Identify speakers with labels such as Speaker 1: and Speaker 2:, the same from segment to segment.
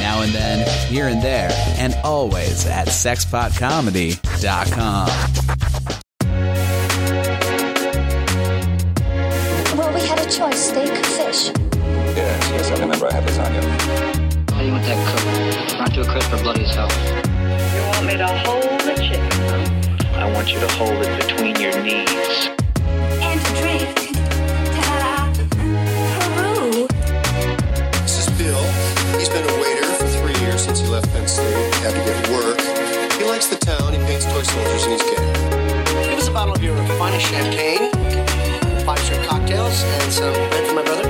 Speaker 1: now and then, here and there, and always at sexpotcomedy.com.
Speaker 2: Well, we had a choice, steak or fish.
Speaker 3: Yes, yes, I remember I had lasagna.
Speaker 4: How do you want that cooked? Not to a crisp or bloody as hell.
Speaker 5: You want me to hold the chicken?
Speaker 6: I want you to hold it between your knees.
Speaker 2: And to drift to Peru.
Speaker 7: This is Bill. He's been a waiter for three years since he left Penn State. Had to get work. He likes the town. He paints toy soldiers and he's gay.
Speaker 8: Give us a bottle of your finest champagne, five shrimp cocktails, and some bread for my brother.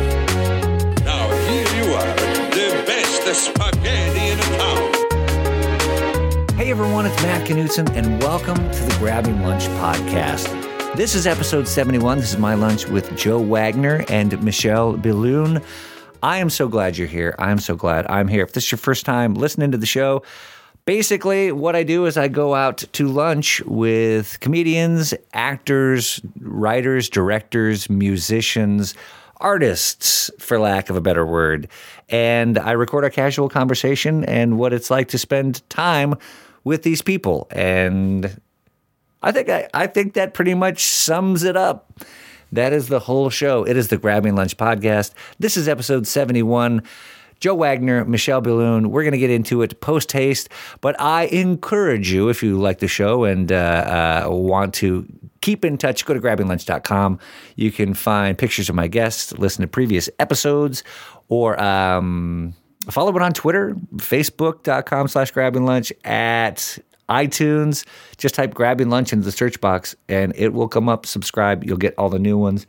Speaker 9: Now here you are, the best spaghetti in town.
Speaker 10: Hey everyone, it's Matt Knutson, and welcome to the Grabbing Lunch podcast. This is episode 71. This is my lunch with Joe Wagner and Michelle Billoon. I am so glad you're here. I'm so glad I'm here. If this is your first time listening to the show, basically what I do is I go out to lunch with comedians, actors, writers, directors, musicians, artists, for lack of a better word. And I record a casual conversation and what it's like to spend time with these people. And I think I, I think that pretty much sums it up. That is the whole show. It is the Grabbing Lunch podcast. This is episode 71. Joe Wagner, Michelle Balloon. We're going to get into it post haste, but I encourage you, if you like the show and uh, uh, want to keep in touch, go to grabbinglunch.com. You can find pictures of my guests, listen to previous episodes, or um, follow it on Twitter, facebook.com slash grabbing lunch at iTunes. Just type grabbing lunch into the search box and it will come up. Subscribe. You'll get all the new ones.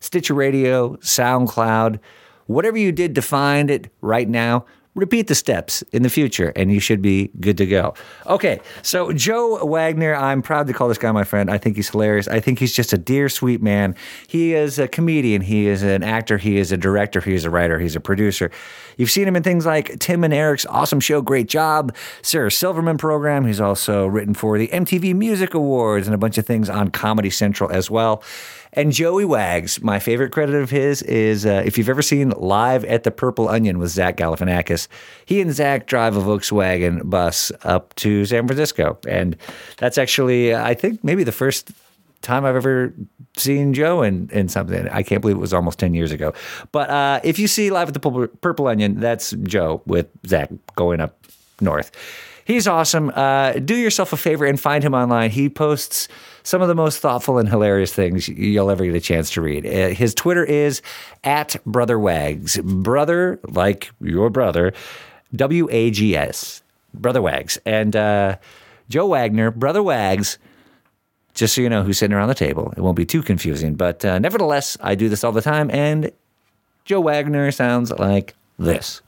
Speaker 10: Stitcher Radio, SoundCloud, whatever you did to find it right now, repeat the steps in the future and you should be good to go. Okay, so Joe Wagner, I'm proud to call this guy my friend. I think he's hilarious. I think he's just a dear, sweet man. He is a comedian, he is an actor, he is a director, he is a writer, he's a producer. You've seen him in things like Tim and Eric's awesome show, Great Job, Sarah Silverman program. He's also written for the MTV Music Awards and a bunch of things on Comedy Central as well. And Joey Wags, my favorite credit of his is uh, if you've ever seen Live at the Purple Onion with Zach Galifianakis, he and Zach drive a Volkswagen bus up to San Francisco. And that's actually, uh, I think, maybe the first time I've ever seen Joe in, in something. I can't believe it was almost 10 years ago. But uh, if you see Live at the Purple, Purple Onion, that's Joe with Zach going up north. He's awesome. Uh, do yourself a favor and find him online. He posts some of the most thoughtful and hilarious things you'll ever get a chance to read. Uh, his Twitter is at Brother Wags. Brother, like your brother, W A G S. Brother Wags. And uh, Joe Wagner, Brother Wags just so you know who's sitting around the table. It won't be too confusing. But uh, nevertheless, I do this all the time, and Joe Wagner sounds like this.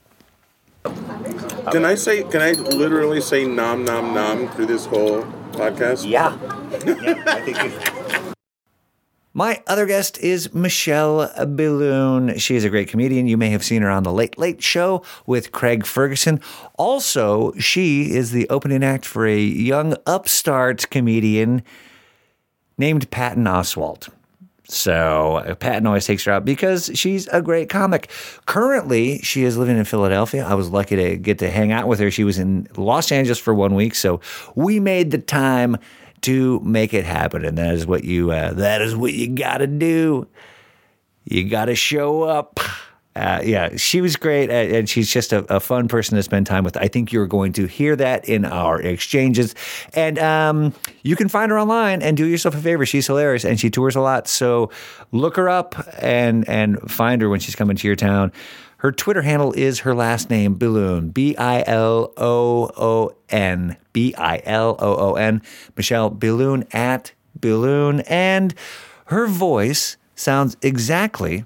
Speaker 11: Can I say? Can I literally say nom nom nom through this whole podcast?
Speaker 10: Yeah. My other guest is Michelle Billoon. She is a great comedian. You may have seen her on The Late Late Show with Craig Ferguson. Also, she is the opening act for a young upstart comedian named Patton Oswalt. So uh, Patton always takes her out because she's a great comic. Currently, she is living in Philadelphia. I was lucky to get to hang out with her. She was in Los Angeles for one week, so we made the time to make it happen, and that is what you uh, that is what you got to do. You got to show up. Uh, yeah, she was great, a- and she's just a, a fun person to spend time with. I think you're going to hear that in our exchanges, and um, you can find her online and do yourself a favor. She's hilarious, and she tours a lot, so look her up and and find her when she's coming to your town. Her Twitter handle is her last name Billoon B I L O O N B I L O O N Michelle Billoon at Billoon, and her voice sounds exactly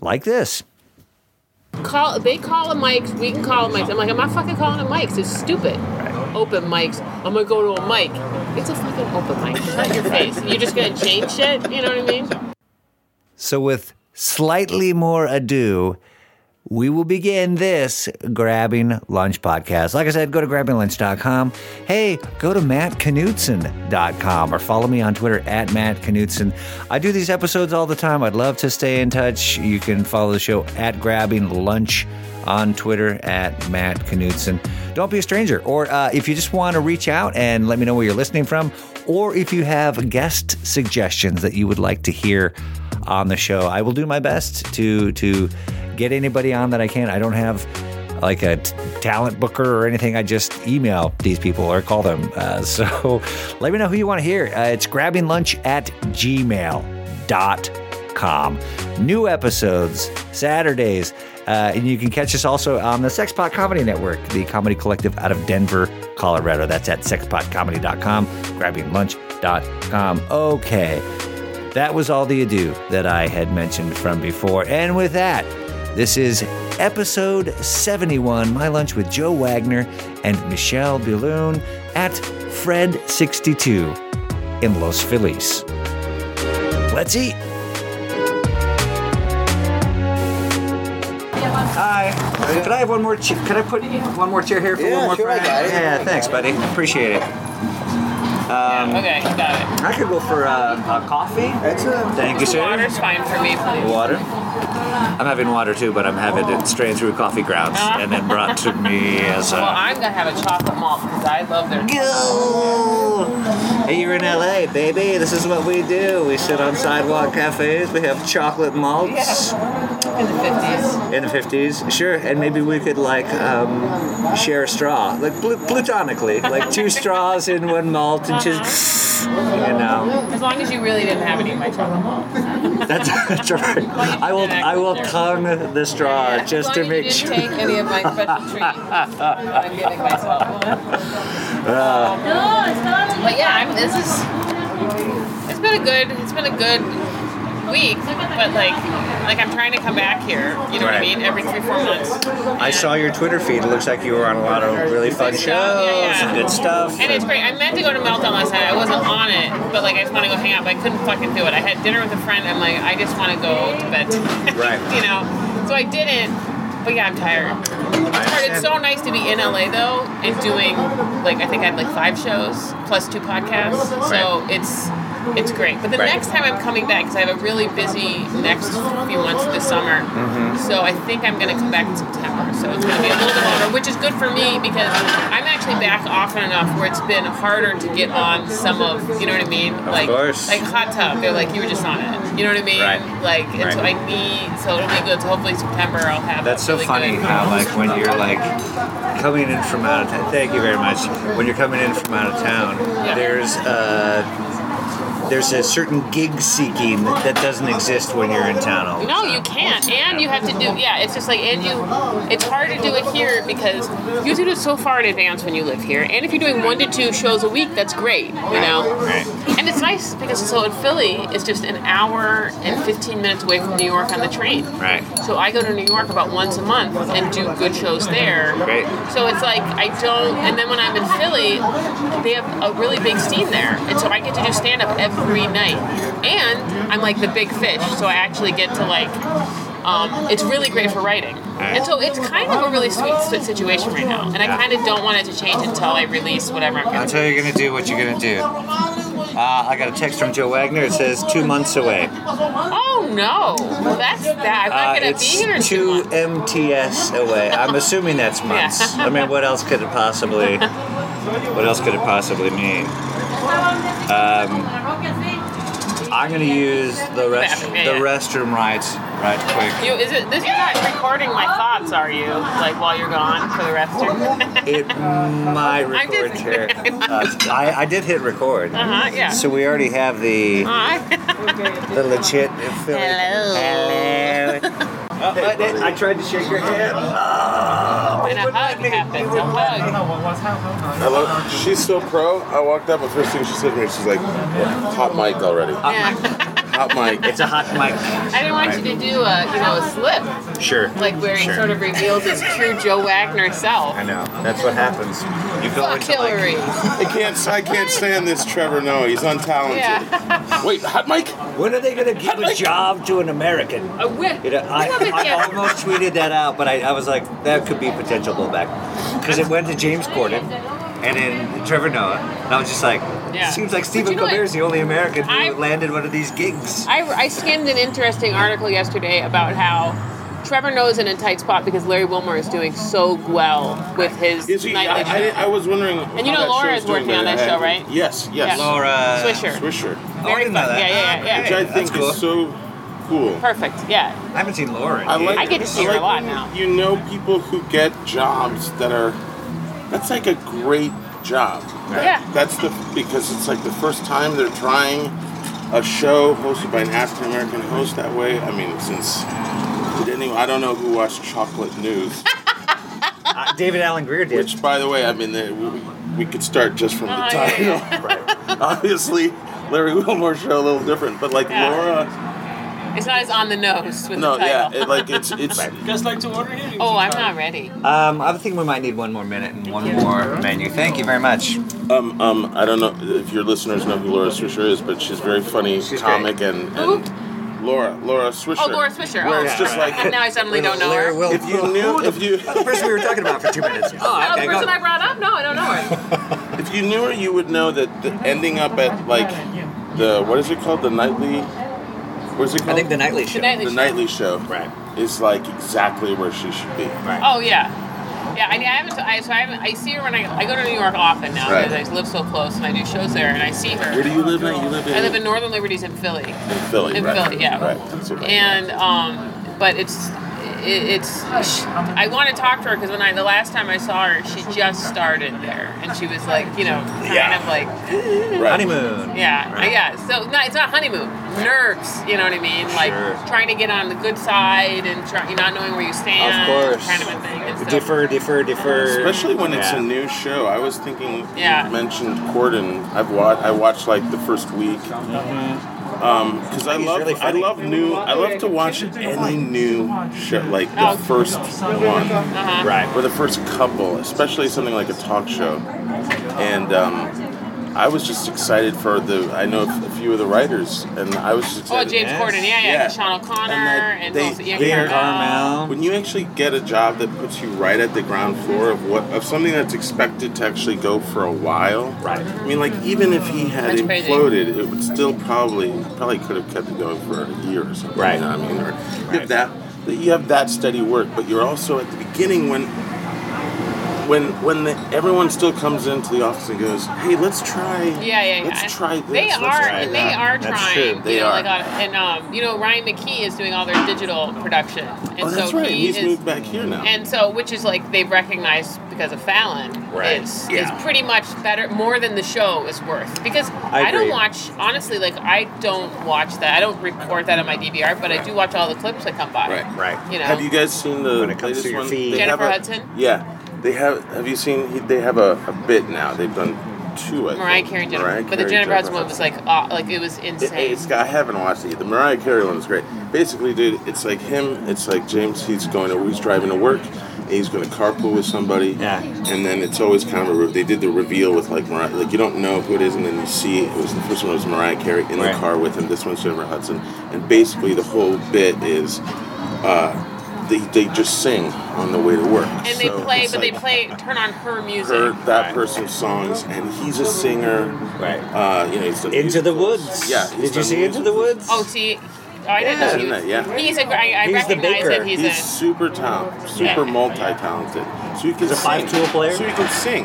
Speaker 10: like this.
Speaker 12: call they call them mics we can call them mics i'm like i'm not fucking calling them mics it's stupid open mics i'm gonna go to a mic it's a fucking open mic it's not your face you're just gonna change shit you know what i mean
Speaker 10: So, with slightly more ado, we will begin this Grabbing Lunch podcast. Like I said, go to grabbinglunch.com. Hey, go to mattknudsen.com or follow me on Twitter at Matt Knudsen. I do these episodes all the time. I'd love to stay in touch. You can follow the show at Grabbing Lunch on Twitter at Matt Knudsen. Don't be a stranger. Or uh, if you just want to reach out and let me know where you're listening from, or if you have guest suggestions that you would like to hear on the show, I will do my best to to get anybody on that I can. I don't have like a t- talent booker or anything. I just email these people or call them. Uh, so let me know who you want to hear. Uh, it's grabbinglunch at gmail.com. New episodes, Saturdays. Uh, and you can catch us also on the Sexpot Comedy Network, the comedy collective out of Denver, Colorado. That's at sexpotcomedy.com, grabbinglunch.com. Okay. That was all the ado that I had mentioned from before. And with that, this is episode 71 My Lunch with Joe Wagner and Michelle Buloon at Fred62 in Los Feliz. Let's eat. Hi. Could I have one more? Ch- could I put one more chair here for
Speaker 12: Yeah,
Speaker 10: one more
Speaker 12: sure, I
Speaker 10: fry?
Speaker 12: got it.
Speaker 10: Yeah, thanks, buddy. Appreciate it. Um,
Speaker 12: Okay, got it.
Speaker 10: I could go for uh, a coffee. Excellent. Thank you, sir.
Speaker 12: Water's fine for me, please.
Speaker 10: Water. I'm having water too, but I'm having it strained through coffee grounds and then brought to me as
Speaker 12: Well,
Speaker 10: a.
Speaker 12: I'm gonna have a chocolate malt because I love their.
Speaker 10: Hey, you're in LA, baby. This is what we do. We sit on sidewalk cafes. We have chocolate malts.
Speaker 12: Yeah. In the fifties.
Speaker 10: In the 50s, sure, and maybe we could like um, share a straw, like pl- platonically, like two straws in one malt and just, you know.
Speaker 12: As long as you really didn't have any of my chocolate malt.
Speaker 10: That's, that's right. I will I will tongue the straw Uh, just
Speaker 12: as long
Speaker 10: to
Speaker 12: as
Speaker 10: make
Speaker 12: you didn't
Speaker 10: sure.
Speaker 12: take any of my special treat. I'm giving myself.
Speaker 10: Uh,
Speaker 12: But yeah, I mean, this is. It's been a good. It's been a good week, but like, like I'm trying to come back here. You know what I
Speaker 10: Right.
Speaker 12: mean? Every three, four months.
Speaker 10: I saw your Twitter feed. It looks like you were on a lot of really fun shows and good stuff.
Speaker 12: And it's great. I meant to go to Meltdown last night. I wasn't on it, but like I just want to go hang out. But I couldn't fucking do it. I had dinner with a friend. I'm like, I just want to go to bed.
Speaker 10: Right.
Speaker 12: you know. So I didn't. But yeah, I'm tired. It's hard. It's so nice to be in LA though, and doing like I think I had like five shows plus two podcasts. So it's it's great. But the
Speaker 13: Right.
Speaker 12: next time I'm coming back because I have a really busy next few months this summer.
Speaker 10: Mm-hmm.
Speaker 13: Mhm.
Speaker 12: So I think I'm gonna come back in September. So it's gonna be a little bit longer, which is good for me because I'm actually back often enough where it's been harder to get on some of you know what I mean.
Speaker 13: Of
Speaker 12: like
Speaker 13: course.
Speaker 12: like hot tub. They're like you were just on it. You know what I mean?
Speaker 10: Right.
Speaker 12: Like and so I
Speaker 10: Right.
Speaker 12: need so it'll be good. So hopefully September I'll have.
Speaker 10: That's
Speaker 12: a
Speaker 10: so
Speaker 12: really
Speaker 10: funny
Speaker 12: Good,
Speaker 10: how like when you're like coming in from out of town. Thank you very much. When you're coming in from out of town, there's uh, there's a certain gig seeking that doesn't exist when you're in town. All
Speaker 12: No, you can't. And you have to do yeah, it's just like and you it's hard to do it here because you have to do it so far in advance when you live here. And if you're doing one to two shows a week, that's great, you know. And it's nice because so in Philly it's just an hour and fifteen minutes away from New York on the train.
Speaker 10: Right.
Speaker 12: So I go to New York about once a month and do good shows there. Right. So it's like I don't, and then when I'm in Philly, they have a really big scene there, and so I get to do stand up every night. And I'm like the big fish, so I actually get to like. Um, it's really great for writing, and so it's kind of a really sweet si- situation right now. And I
Speaker 10: Yeah.
Speaker 12: kind of don't want it to change until I release whatever I'm gonna.
Speaker 10: Until you're gonna do what you're gonna do. Uh, I got a text from Joe Wagner. It says two months away.
Speaker 12: Oh no, that's that. I'm not
Speaker 10: Uh,
Speaker 12: gonna be
Speaker 10: it's
Speaker 12: here.
Speaker 10: two MTS away. I'm assuming that's months. I mean, what else could it possibly? What else could it possibly mean? Um, I'm gonna use the rest
Speaker 12: Yeah, yeah.
Speaker 10: the restroom rights right quick.
Speaker 12: You is it? This you're not recording my thoughts, are you? Like while you're gone for the rest of
Speaker 10: It might
Speaker 12: I did-
Speaker 10: record here. Uh, I, I did hit record.
Speaker 12: Uh-huh, yeah.
Speaker 10: So we already have the the legit Philly. Hello. Oh, I, tried to shake your hand.
Speaker 12: And a hug happens. A hug.
Speaker 11: Hello. She's so pro. I walked up. The first thing she said to me, she's like, "Hot mic already." hot mic.
Speaker 14: It's a hot mic.
Speaker 12: I didn't want you to do a, you know, a slip.
Speaker 14: Sure.
Speaker 12: Like where he
Speaker 14: Sure.
Speaker 12: sort of reveals his true Joe Wagner self.
Speaker 14: I know. That's what happens. You go
Speaker 12: Fuck
Speaker 14: into like-
Speaker 12: Hillary.
Speaker 11: I can't. I can't stand this Trevor Noah. He's untalented.
Speaker 12: Yeah.
Speaker 11: Wait, hot mic?
Speaker 15: When are they going to give a job to an American?
Speaker 12: I win.
Speaker 11: uh,
Speaker 15: You know, I,
Speaker 12: love it,
Speaker 15: I
Speaker 12: yeah.
Speaker 15: almost tweeted that out, but I, I was like, that could be potential blowback. Because it went to James Corden and then Trevor Noah. And I was just like,
Speaker 12: Yeah.
Speaker 15: it seems like
Speaker 12: But
Speaker 15: Stephen
Speaker 12: you know what?
Speaker 15: Colbert is the only American who
Speaker 12: I-
Speaker 15: landed one of these gigs.
Speaker 12: I, I skimmed an interesting article yesterday about how Trevor Noah's in a tight spot because Larry Wilmore is doing so well with his
Speaker 11: Is he? I,
Speaker 12: nightly
Speaker 11: I,
Speaker 12: show.
Speaker 11: didn't- I was wondering.
Speaker 12: And you know Laura is working on that show, right?
Speaker 11: Yes. Yes.
Speaker 12: Yeah. Laura-
Speaker 15: uh,
Speaker 12: Swisher.
Speaker 11: Swisher.
Speaker 12: Very fun. Yeah, yeah, yeah, yeah.
Speaker 11: Which I think is so cool.
Speaker 12: Perfect. Yeah.
Speaker 15: I haven't seen Laura.
Speaker 11: I like.
Speaker 12: I get to see her a lot
Speaker 11: when
Speaker 12: now.
Speaker 11: You know people who get jobs that are. That's like a great job.
Speaker 12: Yeah.
Speaker 11: That's the because it's like the first time they're trying a show hosted by an African American host that way. I mean, since did anyone, I don't know who watched Chocolate News.
Speaker 15: Uh, David Allen Greer did.
Speaker 11: Which, by the way, I mean they, we, we could start just from the
Speaker 12: Oh, yeah,
Speaker 11: title. Obviously, Larry Wilmore show a little different, but like
Speaker 12: Yeah.
Speaker 11: Laura,
Speaker 12: It's not as on the nose with
Speaker 11: no,
Speaker 12: the title.
Speaker 11: yeah, it, like it's it's.
Speaker 12: guys like to order here? Oh, I'm not ready.
Speaker 15: Um, I think we might need one more minute and one more menu. Thank you very much.
Speaker 11: Um, um, I don't know if your listeners know who Laura Swisher is, but she's very funny comic and,
Speaker 12: Who?
Speaker 11: and Laura Laura Swisher.
Speaker 12: Oh, Laura Swisher.
Speaker 11: Where
Speaker 12: oh,
Speaker 11: it's just like
Speaker 12: now I suddenly don't know her.
Speaker 11: If you knew, if you
Speaker 15: the person we were talking about for two minutes.
Speaker 12: Oh, the person I brought up? No, I don't know her.
Speaker 11: If you knew her, you would know that the, ending up at like the what is it called? The nightly. What is it called? I think
Speaker 15: the nightly
Speaker 12: show. Nightly
Speaker 11: the
Speaker 12: Show.
Speaker 11: nightly show. Right. Is like exactly where she should be. Right.
Speaker 12: Oh yeah. Yeah, I, I haven't. I, so I haven't. I see her when I, I go to New York often now
Speaker 11: Right.
Speaker 12: because I live so close and I do shows there and I see her.
Speaker 11: Where do you live now? You live in.
Speaker 12: I live in Northern Liberties in Philly.
Speaker 11: in Philly.
Speaker 12: in
Speaker 11: right.
Speaker 12: Philly, yeah.
Speaker 11: Right. That's what I-
Speaker 12: and um, but it's it, it's I want to talk to her because when I the last time I saw her, she just started there and she was like you know kind
Speaker 15: Yeah.
Speaker 12: of like
Speaker 15: Right. Honeymoon.
Speaker 12: yeah uh,
Speaker 15: Right.
Speaker 12: yeah so no, it's not honeymoon nerves you know what I mean like
Speaker 15: Sure.
Speaker 12: trying to get on the good side and try, not knowing where you stand
Speaker 15: course.
Speaker 12: kind of a thing and so,
Speaker 15: Defer, defer, defer.
Speaker 11: Especially when it's
Speaker 15: Yeah.
Speaker 11: a new show. I was thinking
Speaker 12: Yeah.
Speaker 11: you mentioned Corden. I've watched. I watched like the first week.
Speaker 12: Mm-hmm.
Speaker 11: Um, because I
Speaker 15: He's
Speaker 11: love
Speaker 15: really
Speaker 11: I
Speaker 15: funny.
Speaker 11: love new I love to watch any new show like the
Speaker 12: Oh.
Speaker 11: first one
Speaker 12: Uh-huh.
Speaker 11: right or the first couple especially something like a talk show and um, I was just excited for the I know a few of the writers and I was just
Speaker 12: oh
Speaker 11: excited.
Speaker 12: James Corden yeah yeah, Sean O'Connor and,
Speaker 11: They,
Speaker 12: also Ian
Speaker 11: they are-
Speaker 12: Carmel.
Speaker 11: When you actually get a job that puts you right at the ground floor of what of something that's expected to actually go for a while, right? I mean, like even if he had
Speaker 12: That's crazy.
Speaker 11: imploded, it would still probably probably could have kept it going for a year or something. Right. You know what I mean, or you have that that you have that steady work, but you're also at the beginning when. When when the, everyone still comes into the office and goes, hey, let's try.
Speaker 12: Yeah, yeah, yeah.
Speaker 11: Let's try this.
Speaker 12: They
Speaker 11: let's
Speaker 12: are,
Speaker 11: try
Speaker 12: and
Speaker 11: that."
Speaker 12: they are trying. You
Speaker 11: They
Speaker 12: know,
Speaker 11: are.
Speaker 12: Like on, and um, you know, Ryan McKee is doing all their digital production, and
Speaker 11: oh, that's
Speaker 12: so
Speaker 11: right.
Speaker 12: he
Speaker 11: He's
Speaker 12: is.
Speaker 11: moved back here now.
Speaker 12: And so, which is like they've recognized because of Fallon,
Speaker 11: Right,
Speaker 12: is,
Speaker 11: yeah.
Speaker 12: is pretty much better, more than the show is worth. Because
Speaker 11: I
Speaker 12: I, don't
Speaker 11: agree.
Speaker 12: watch, honestly, like I don't watch that. I don't record that on my DVR, but I do watch all the clips that come by.
Speaker 11: Right, right.
Speaker 12: You know?
Speaker 11: Have you guys seen the
Speaker 15: When it comes
Speaker 11: latest
Speaker 15: to your
Speaker 11: one?
Speaker 15: feed.
Speaker 11: They have
Speaker 12: Jennifer
Speaker 11: a-
Speaker 12: Hudson?
Speaker 11: Yeah, they have. Have you seen? he- They have a, a bit now. They've done two. I
Speaker 12: Mariah
Speaker 11: think.
Speaker 12: Carey, and Jennifer,
Speaker 11: Mariah
Speaker 12: but the
Speaker 11: Carey,
Speaker 12: Jennifer Hudson one was like, uh, like it was
Speaker 11: It-
Speaker 12: insane.
Speaker 11: it's got- I haven't watched it. yet. The Mariah Carey one is great. Basically, dude, it's like him. It's like James. He's going to. He's driving to work. And he's going to carpool with somebody. Yeah. And then it's always kind of a. re- They did the reveal with like Mariah. Like you don't know who it is, and then you see it was the first one was Mariah Carey in
Speaker 15: Right.
Speaker 11: the car with him. This one's Jennifer Hudson. And basically, the whole bit is. Uh, they, they just sing on the way to work.
Speaker 12: and they
Speaker 11: So
Speaker 12: play,
Speaker 11: it's
Speaker 12: but
Speaker 11: like-
Speaker 12: they play, turn on her music.
Speaker 11: heard that person's songs, and he's a singer. Right. Uh, you know, he's
Speaker 15: Into the woods.
Speaker 11: Yeah. he's
Speaker 15: Did you
Speaker 11: done
Speaker 15: see Into the Woods?
Speaker 12: Oh, see, oh, I didn't know he was.
Speaker 11: Yeah, yeah.
Speaker 12: He's a. I, I
Speaker 11: He's the
Speaker 12: recognize that
Speaker 11: baker.
Speaker 12: he's,
Speaker 11: He's
Speaker 12: a.
Speaker 11: super talented, super
Speaker 12: Yeah.
Speaker 11: multi-talented. So you can
Speaker 15: He's a
Speaker 11: sing.
Speaker 15: five-tool player? Mm-hmm.
Speaker 11: So you can sing.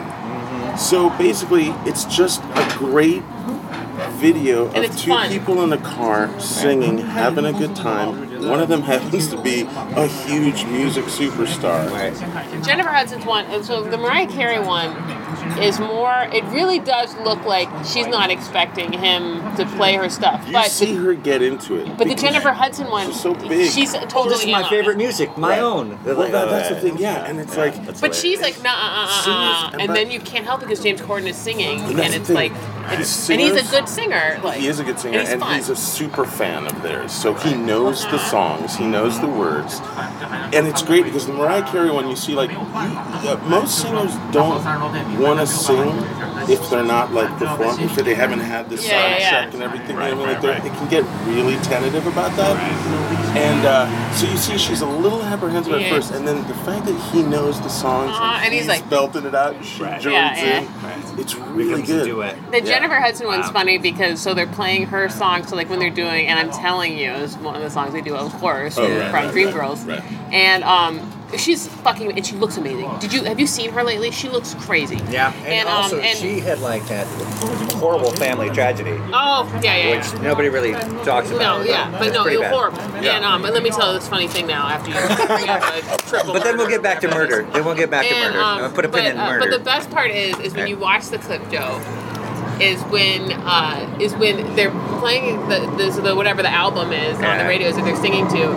Speaker 11: So basically, it's just a great video
Speaker 12: And
Speaker 11: of
Speaker 12: it's
Speaker 11: two
Speaker 12: fun.
Speaker 11: people in a car singing, having a good time, One of them happens to be a huge music superstar.
Speaker 12: Jennifer Hudson's one, and so the Mariah Carey one is more. It really does look like she's not expecting him to play her stuff.
Speaker 11: You
Speaker 12: but
Speaker 11: see her get into it.
Speaker 12: but the Jennifer Hudson one, she's, Oh, totally.
Speaker 10: this is
Speaker 12: in
Speaker 10: my
Speaker 12: on it.
Speaker 10: favorite music, my own. They're
Speaker 11: Well,
Speaker 10: like,
Speaker 11: that-
Speaker 10: oh,
Speaker 11: that's the thing, yeah, and it's like.
Speaker 12: But she's like, nah, uh, uh, uh, uh, and then you can't help it because James Corden is singing,
Speaker 11: And
Speaker 12: and,
Speaker 11: that's the
Speaker 12: it's
Speaker 11: thing.
Speaker 12: like,
Speaker 11: His
Speaker 12: it's, and he's a
Speaker 11: singers-
Speaker 12: good singer. Like
Speaker 11: He is a good singer,
Speaker 12: he's
Speaker 11: and
Speaker 12: fun.
Speaker 11: he's a super fan of theirs. So he knows the songs, he knows the words, and it's great because the Mariah Carey one, you see, like uh, most singers don't want to sing if they're not like performing, if they haven't had the
Speaker 9: Yeah,
Speaker 11: sound
Speaker 9: yeah, yeah.
Speaker 11: check and everything. you know, what I mean, like they're- they can get really tentative about that. And uh, so you see, she's a little apprehensive at
Speaker 12: Yeah.
Speaker 11: first, and then the fact that he knows the songs
Speaker 12: Uh-huh, and he's like-
Speaker 11: belting it out, she
Speaker 12: Right.
Speaker 11: joins
Speaker 12: Yeah, yeah.
Speaker 11: in. It's really good.
Speaker 12: The Jennifer Hudson one's
Speaker 11: Wow.
Speaker 12: funny because so they're playing her song. So like when they're doing, and I'm telling you, is one of the songs they do, of course,
Speaker 2: Oh, right,
Speaker 12: from
Speaker 2: right,
Speaker 12: Dreamgirls.
Speaker 2: right,
Speaker 12: And um, she's fucking, and she looks amazing. Did you have you seen her lately? She looks crazy.
Speaker 10: Yeah, and,
Speaker 12: And, um,
Speaker 10: also
Speaker 12: and-
Speaker 10: she had like that horrible family tragedy,
Speaker 12: Oh yeah, yeah.
Speaker 10: which nobody really talks about.
Speaker 12: No, yeah, but
Speaker 10: it's
Speaker 12: no,
Speaker 10: pretty
Speaker 12: you're
Speaker 10: bad.
Speaker 12: horrible.
Speaker 10: Yeah.
Speaker 12: And um, but let me tell you this funny thing now after you bring up a triple.
Speaker 10: But then we'll get back to murder. Then we'll get back to
Speaker 12: And,
Speaker 10: murder.
Speaker 12: um,
Speaker 10: I'm gonna put a
Speaker 12: but,
Speaker 10: pin in
Speaker 12: uh,
Speaker 10: murder.
Speaker 12: But the best part is, is when you watch the clip, Joe, is when uh, is when they're playing the, the, the whatever the album is on the
Speaker 10: Yeah.
Speaker 12: radios that they're singing to,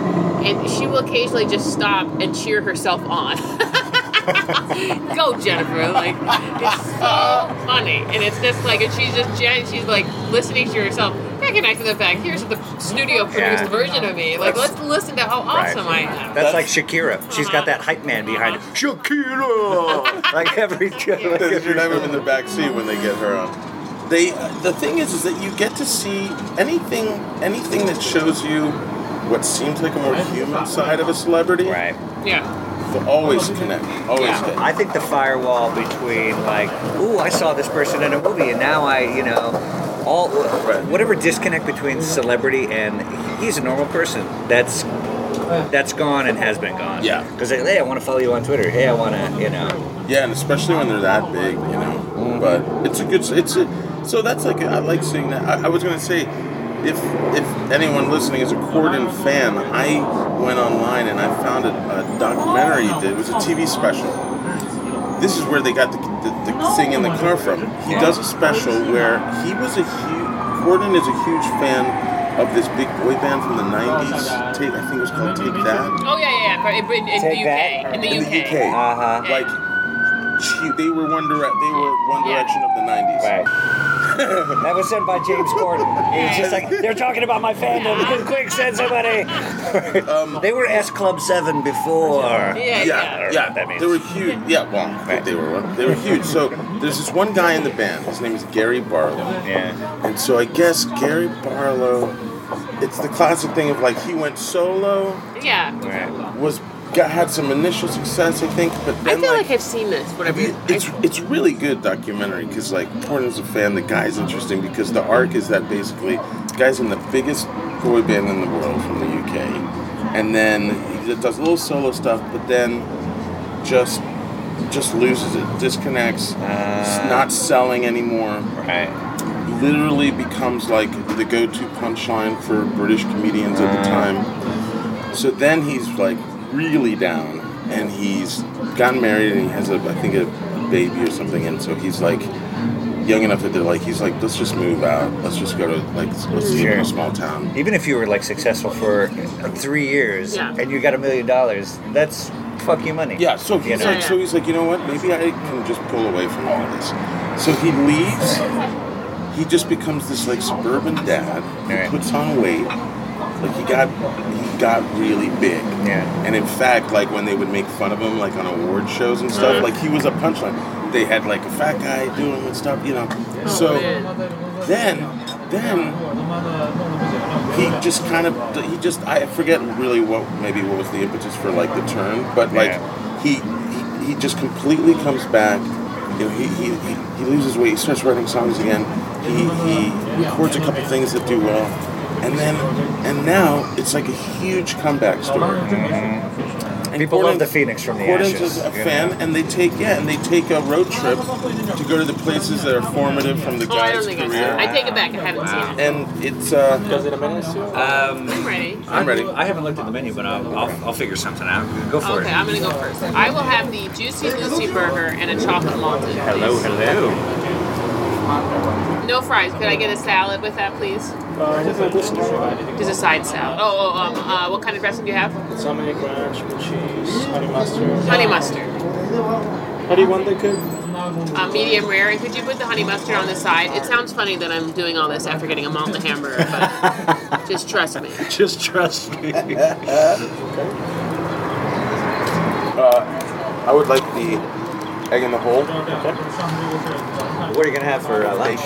Speaker 12: and she will occasionally just stop and cheer herself on. Go Jennifer! Like it's so funny, and it's just like, and she's just Jen. She's like listening to herself, recognizing the fact here's the studio produced
Speaker 10: Yeah.
Speaker 12: version of me. Like
Speaker 10: That's-
Speaker 12: let's listen to how
Speaker 10: Right.
Speaker 12: awesome I am.
Speaker 10: That's like Shakira. She's got that hype man behind her. Shakira. like every
Speaker 11: Because you're never in the back seat when they get her on. They, the thing is, is that you get to see anything, anything that shows you what seems like a more human side of a celebrity. Right.
Speaker 12: Yeah.
Speaker 11: Will always connect. Always.
Speaker 10: Yeah. I think the firewall between like, ooh, I saw this person in a movie, and now I, you know, all whatever disconnect between celebrity and he's a normal person. That's that's gone and has been gone. Yeah. Because hey, I want to follow you on Twitter. Hey, I want to, you know.
Speaker 11: Yeah, and especially when they're that big, you know. But it's a good. It's a, so that's like I like seeing that. I, I was gonna say, if if anyone listening is a Corden fan, I went online and I found a, a documentary he did. It was a TV special. This is where they got the, the, the thing in the car from. He does a special where he was a huge. Corden is a huge fan of this big boy band from the '90s. Take, I think it was called Take That
Speaker 12: Oh yeah, yeah, yeah. but In, in the UK, in the UK.
Speaker 10: Uh-huh.
Speaker 11: uh huh. Like she, they were one direct. They were one direction of the '90s. Right.
Speaker 10: that was sent by James Corden. He was just like, they're talking about my fandom. Quick, send somebody.
Speaker 11: Um,
Speaker 10: they were S Club Seven before.
Speaker 11: yeah, yeah. They were huge. Yeah, well, they were they were huge. So there's this one guy in the band. His name is Gary Barlow. Yeah. And so I guess Gary Barlow, it's the classic thing of like he went solo,
Speaker 12: Yeah.
Speaker 11: was got, had some initial success, I think, but
Speaker 12: I
Speaker 11: then
Speaker 12: feel like I've seen this. Whatever. you-
Speaker 11: it's it's really good documentary because like Portland's a fan. The guy's interesting because the arc is that basically the guy's in the biggest boy band in the world from the UK, and then he does a little solo stuff, but then just just loses it, disconnects,
Speaker 12: Uh.
Speaker 11: s- not selling anymore. Right. Literally becomes like the go-to punchline for British comedians at the time. So then he's like really down, and he's gotten married, and he has a I think a baby or something, and so he's like young enough that they're like he's like let's just move out, let's just go to like let's live in
Speaker 10: Sure.
Speaker 11: a small town.
Speaker 10: Even if you were like successful for three years and you got a million dollars, that's fuck you money.
Speaker 11: Yeah, so he's
Speaker 10: you know?
Speaker 11: like, so he's like, you know what? Maybe I can just pull away from all of this. So he leaves. He just becomes this like suburban dad. He puts on weight. Like he got he got really big. Yeah. And in fact, like when they would make fun of him, like on award shows and stuff,
Speaker 9: Uh-huh.
Speaker 11: like he was a punchline. They had like a fat guy doing him and stuff, you know.
Speaker 12: Oh,
Speaker 11: so then, then he just kind of he just I forget really what maybe what was the impetus for like the turn, but like he, he he just completely comes back. You know, he he, he, he loses weight. He starts writing songs again. He he records a couple things that do well, and then and now it's like a huge comeback story. And
Speaker 10: People
Speaker 11: Gordon-
Speaker 10: love the Phoenix from the
Speaker 11: Gordon's
Speaker 10: ashes,
Speaker 11: a
Speaker 10: you
Speaker 11: fan,
Speaker 10: know?
Speaker 11: and they take yeah, and they take a road trip to go to the places that are formative from the
Speaker 12: Oh,
Speaker 11: guy's
Speaker 12: I don't think I've seen
Speaker 11: career.
Speaker 12: it. I take it back. I haven't seen it.
Speaker 11: And it's uh,
Speaker 10: Does it a minute soon? Um,
Speaker 12: I'm ready.
Speaker 10: I'm ready. I haven't looked at the menu, but I'll, I'll, I'll figure something out. Go for
Speaker 12: okay,
Speaker 10: it.
Speaker 12: I'm gonna go first. I will have the juicy Lucy burger and a chocolate malted.
Speaker 10: Hello, hello.
Speaker 12: No fries. Could I get a salad with that, please? Just a side salad. Oh, oh um, uh, what kind of dressing do you have?
Speaker 16: Balsamic ranch with cheese, honey mustard.
Speaker 12: Honey mustard.
Speaker 16: How do you want that cooked?
Speaker 12: Uh, medium rare. And could you put the honey mustard on the side? It sounds funny that I'm doing all this after getting a malt and a hamburger, but just trust me.
Speaker 10: Just trust me.
Speaker 11: uh, I would like the egg in the hole.
Speaker 10: What are you gonna have for uh, lunch?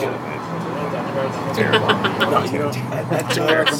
Speaker 12: That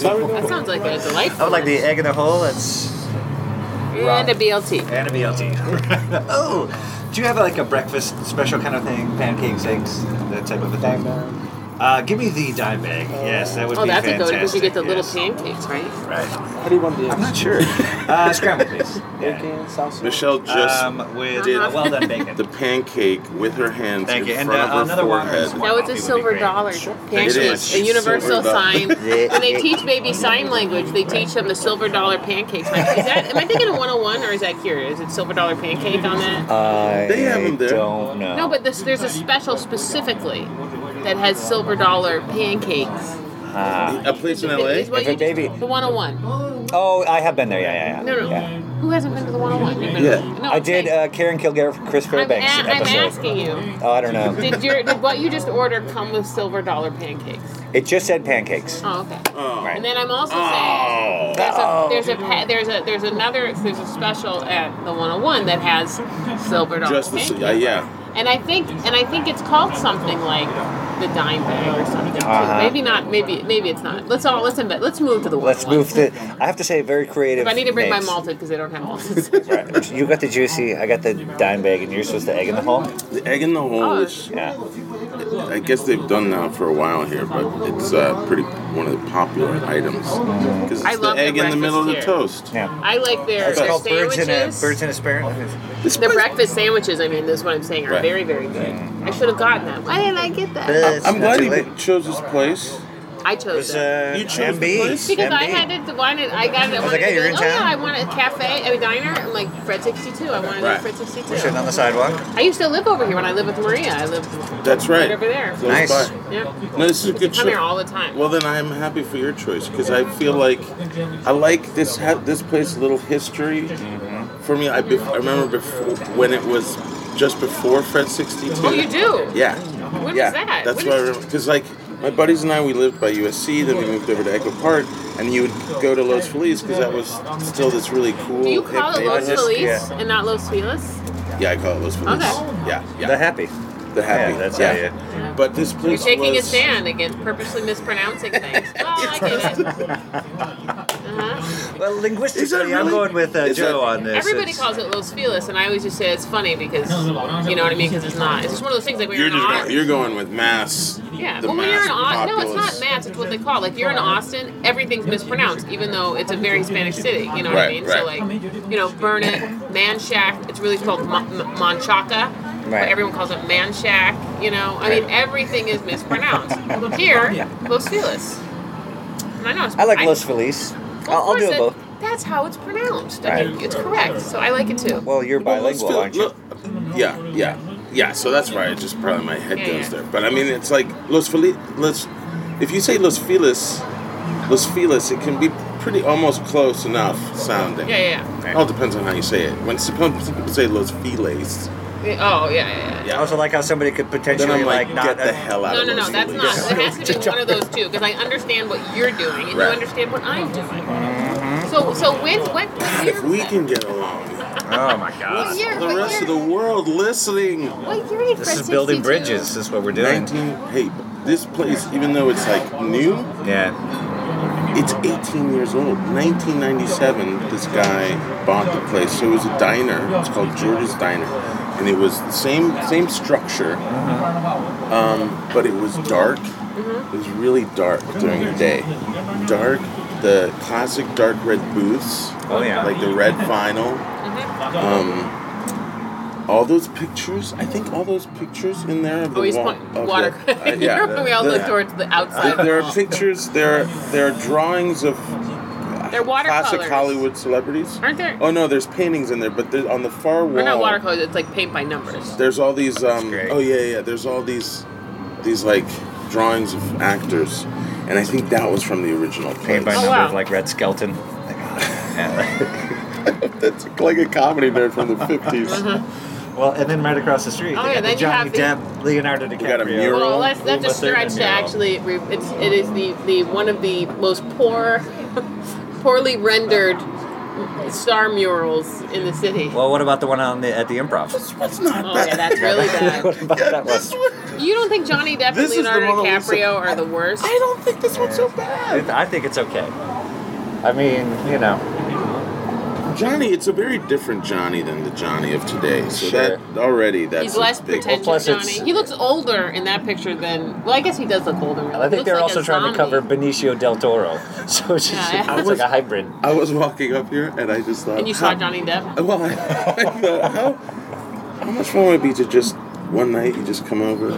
Speaker 12: sounds like a delightful.
Speaker 10: I would like the egg in the hole. That's
Speaker 12: And a BLT.
Speaker 10: And a BLT. oh, do you have like a breakfast special kind of thing? Pancakes, eggs, that type of a thing. Uh, give me the dime bag. Yes, that would
Speaker 12: Oh,
Speaker 10: be
Speaker 12: that's a
Speaker 10: fantastic.
Speaker 12: good because you get the little pancakes, right?
Speaker 10: Right.
Speaker 16: How do you want the eggs?
Speaker 10: I'm not sure. uh, scramble, please.
Speaker 16: Bacon, salsa.
Speaker 11: Michelle just
Speaker 10: Um, with-
Speaker 11: did
Speaker 12: Uh-huh.
Speaker 10: uh, well done bacon.
Speaker 11: the pancake with her hands
Speaker 10: Thank
Speaker 11: in
Speaker 10: you. And,
Speaker 11: front
Speaker 10: uh,
Speaker 11: of her
Speaker 10: another water
Speaker 11: forehead.
Speaker 10: as
Speaker 12: That was a silver dollar
Speaker 11: It
Speaker 12: pancake,
Speaker 11: is.
Speaker 12: a universal
Speaker 11: Silver dollar.
Speaker 12: sign. When they teach babies sign language, they teach them the silver dollar pancakes. Like, is that, am I thinking of 101 or is that here? Is it silver dollar pancake on that?
Speaker 10: Uh, I
Speaker 11: They have 'em there.
Speaker 10: don't know.
Speaker 12: No, but this, there's a special specifically that has silver dollar pancakes.
Speaker 10: Ah.
Speaker 11: a place in
Speaker 12: Is what
Speaker 10: If a
Speaker 12: you just-
Speaker 10: baby.
Speaker 12: The 101.
Speaker 10: Oh, I have been there. Yeah, yeah, yeah.
Speaker 12: No, no.
Speaker 10: Yeah.
Speaker 12: Who hasn't been to the 101? You've been- No,
Speaker 10: I did uh, Karen Kilgare from Chris
Speaker 12: I'm, a-
Speaker 10: Fairbanks
Speaker 12: I'm
Speaker 10: episode.
Speaker 12: asking you.
Speaker 10: Oh, I don't know.
Speaker 12: Did, your, did what you just ordered come with silver dollar pancakes?
Speaker 10: It just said pancakes.
Speaker 12: Oh, okay.
Speaker 10: Right.
Speaker 12: And then I'm also
Speaker 10: Oh.
Speaker 12: saying
Speaker 11: Oh,
Speaker 12: there's a there's a pa- there's a there's another there's a special at the 101 that has silver dollar
Speaker 11: Just the
Speaker 12: pancakes.
Speaker 11: uh, yeah.
Speaker 12: And I think and I think it's called something like the dime bag or something. too.
Speaker 10: Uh-huh.
Speaker 12: Maybe not. Maybe maybe it's not. Let's all let's inve- let's move to the 101.
Speaker 10: Let's move to. I have to say, very creative.
Speaker 12: If I need to bring
Speaker 10: names.
Speaker 12: my malted because they don't have malted.
Speaker 10: Right. You got the juicy. I got the dime bag, and yours was the egg in the hole.
Speaker 11: The egg in the hole, which
Speaker 10: yeah.
Speaker 11: I guess they've done now for a while here, but it's uh, pretty one of the popular items because
Speaker 12: I
Speaker 11: it's the
Speaker 12: love
Speaker 11: egg
Speaker 12: their
Speaker 11: in the middle of the
Speaker 12: breakfast here.
Speaker 11: toast.
Speaker 10: Yeah.
Speaker 12: I like their,
Speaker 11: That's
Speaker 12: their
Speaker 11: called uh,
Speaker 12: sandwiches.
Speaker 11: birds in a- birds
Speaker 10: in a spare.
Speaker 12: the breakfast sandwiches, I mean, is what I'm saying, are
Speaker 11: Right.
Speaker 12: very, very good. I should have gotten them. Why didn't I get that?
Speaker 11: I'm glad you chose this place.
Speaker 12: I chose it.
Speaker 10: uh,
Speaker 11: You chose the
Speaker 10: MB.
Speaker 11: place?
Speaker 12: Because I had to want it. I got it. I,
Speaker 10: I was
Speaker 12: wanted
Speaker 10: like, hey,
Speaker 12: to
Speaker 10: you're
Speaker 12: go,
Speaker 10: in
Speaker 12: oh, yeah,
Speaker 10: town?"
Speaker 12: I want a cafe, a diner. I'm like, Fred 62. I want to
Speaker 10: Right.
Speaker 12: do Fred 62.
Speaker 10: We're sitting on the sidewalk.
Speaker 12: I used to live over here when I lived with Maria. I lived
Speaker 11: That's right.
Speaker 12: over there.
Speaker 11: Close Nice. by.
Speaker 12: Yep.
Speaker 11: No, this is a
Speaker 12: Used to
Speaker 11: good
Speaker 12: come here
Speaker 11: choice.
Speaker 12: all the time.
Speaker 11: Well, then I am happy for your choice because I feel like I like this ha- this place a little history. For me, I, bef- I remember before when it was just before Fred 62.
Speaker 12: Oh, you do?
Speaker 11: Yeah.
Speaker 12: When
Speaker 11: yeah.
Speaker 12: was that?
Speaker 11: That's
Speaker 12: When
Speaker 11: why I
Speaker 12: is-
Speaker 11: remember because like my buddies and I we lived by USC, then we moved over to Echo Park, and you would go to Los Feliz because that was still this really cool.
Speaker 12: Do you
Speaker 11: hip
Speaker 12: call it
Speaker 11: neighborhood.
Speaker 12: Los Feliz
Speaker 11: Yeah.
Speaker 12: and not Los Feliz?
Speaker 11: Yeah, I call it Los Feliz.
Speaker 12: Okay.
Speaker 11: Yeah, yeah.
Speaker 10: The happy.
Speaker 11: The happy.
Speaker 10: Yeah, that's
Speaker 11: yeah. But this place
Speaker 12: You're shaking
Speaker 11: was
Speaker 12: his hand again, purposely mispronouncing things. Oh, I get it. Uh-huh.
Speaker 10: Well,
Speaker 11: Is that
Speaker 10: linguistically, I'm
Speaker 11: really-
Speaker 10: going with uh,
Speaker 11: is that-
Speaker 10: Joe on this.
Speaker 12: Everybody
Speaker 10: It's-
Speaker 12: calls it Los Feliz, and I always just say it's funny because you know what I mean. Because it's not. It's just one of those things like when
Speaker 11: You're
Speaker 12: in
Speaker 11: just
Speaker 12: Au-
Speaker 11: going, you're going with mass.
Speaker 12: Yeah,
Speaker 11: the
Speaker 12: well, when you're in
Speaker 11: mass
Speaker 12: Austin, no, it's
Speaker 11: populace.
Speaker 12: not Mats. It's what they call. Like you're in Austin, everything's mispronounced, even though it's a very Spanish city. You know what I
Speaker 11: Right,
Speaker 12: mean? So
Speaker 11: right.
Speaker 12: like, you know, burn it, man shack. It's really called Ma- Ma- manchaca. But
Speaker 11: Right.
Speaker 12: everyone calls it man shack. You know, I mean, everything is mispronounced. Here, Los Feliz. And I know. It's,
Speaker 10: I like Los Feliz. I'll, I'll do
Speaker 12: it-
Speaker 10: both.
Speaker 12: That's how it's pronounced. I mean,
Speaker 10: Right.
Speaker 12: it's correct. So I like it too.
Speaker 10: Well, you're bilingual,
Speaker 11: Phil-
Speaker 10: aren't you?
Speaker 11: Yeah, yeah, yeah. So that's why I just probably my head
Speaker 12: Yeah,
Speaker 11: goes
Speaker 12: yeah.
Speaker 11: there. But I mean, it's like Los Feliz. Los, if you say Los Feliz, Los Feliz, it can be pretty almost close enough sounding.
Speaker 12: Yeah, yeah,
Speaker 11: All depends on how you say it. When some people say Los Feliz,
Speaker 12: Oh, yeah, yeah. yeah.
Speaker 10: I also like how somebody could potentially
Speaker 11: Then I'm like,
Speaker 10: like, not
Speaker 11: get the hell out
Speaker 12: No,
Speaker 11: of
Speaker 12: no, no,
Speaker 11: Los
Speaker 12: that's not.
Speaker 11: Feliz.
Speaker 12: It has to be one of those two because I understand what you're doing and you
Speaker 11: Right. Mm-hmm.
Speaker 12: understand what I'm doing. So, so when what what year?
Speaker 11: If we can get along.
Speaker 10: Oh my God.
Speaker 12: What year?
Speaker 11: The
Speaker 12: What
Speaker 11: rest
Speaker 12: year?
Speaker 11: of the world listening.
Speaker 12: What year did Fred 62?
Speaker 10: This is what we're
Speaker 11: doing. 19, hey, this place, even though it's like new,
Speaker 10: yeah,
Speaker 11: it's 18 years old. 1997, this guy bought the place. So it was a diner. It's called George's Diner, and it was the same same structure,
Speaker 12: Mm-hmm.
Speaker 11: um, but it was dark. It was really dark during the day. Dark, the classic dark red booths.
Speaker 10: Oh, yeah.
Speaker 11: Like the red vinyl.
Speaker 12: Mm-hmm.
Speaker 11: Um, all those pictures, I think all those pictures in there. Of the
Speaker 12: Oh, he's
Speaker 11: wa-
Speaker 12: pointing
Speaker 11: of
Speaker 12: water.
Speaker 11: the- uh, yeah,
Speaker 12: we all
Speaker 11: the-
Speaker 12: look towards the outside.
Speaker 11: There are pictures. There, there are drawings of classic
Speaker 12: They're watercolors.
Speaker 11: Hollywood celebrities.
Speaker 12: Aren't there?
Speaker 11: Oh no, there's paintings in there, but there- on the far
Speaker 12: Or not
Speaker 11: wall,
Speaker 12: watercolors, it's like paint by numbers.
Speaker 11: there's all these. Um, oh yeah, yeah. There's all these, these like drawings of actors, and I think that was from the original.
Speaker 10: Paint by
Speaker 11: place.
Speaker 12: Oh,
Speaker 10: numbers like Red Skelton.
Speaker 11: That's like a comedy nerd from the 50s.
Speaker 12: Uh-huh.
Speaker 10: Well, and then right across the street,
Speaker 12: Oh,
Speaker 10: they
Speaker 12: yeah,
Speaker 10: got the
Speaker 12: then you
Speaker 10: Johnny
Speaker 12: have the-
Speaker 10: Depp, Leonardo DiCaprio.
Speaker 11: got a mural.
Speaker 12: Well, let's not just stretch to actually. Re- it's it is the, the one of the most poor, poorly rendered star murals in the city.
Speaker 10: Well, what about the one on the at the improv?
Speaker 11: That's not
Speaker 12: Oh yeah, that's really bad.
Speaker 10: what about that one?
Speaker 12: You don't think Johnny Depp
Speaker 10: This is
Speaker 12: and
Speaker 10: the
Speaker 12: Leonardo
Speaker 10: Mona Lisa.
Speaker 12: DiCaprio are the worst? I
Speaker 11: don't think this one's so bad.
Speaker 10: I think it's okay. I mean, you know.
Speaker 11: Johnny, it's a very different Johnny than the Johnny of today. So that already that's
Speaker 12: He's
Speaker 11: a
Speaker 12: less
Speaker 11: big-
Speaker 12: pretentious, Johnny. He looks older in that picture than. Well, I guess he does look older. Really.
Speaker 10: I think they're also trying to cover Benicio del Toro, so it's, just,
Speaker 12: Yeah, I-
Speaker 10: it's like a hybrid.
Speaker 11: I was walking up here and I just thought.
Speaker 12: And you saw
Speaker 11: how-
Speaker 12: Johnny Depp.
Speaker 11: Well, I, I thought, how, how much fun would it be to just one night you just come over,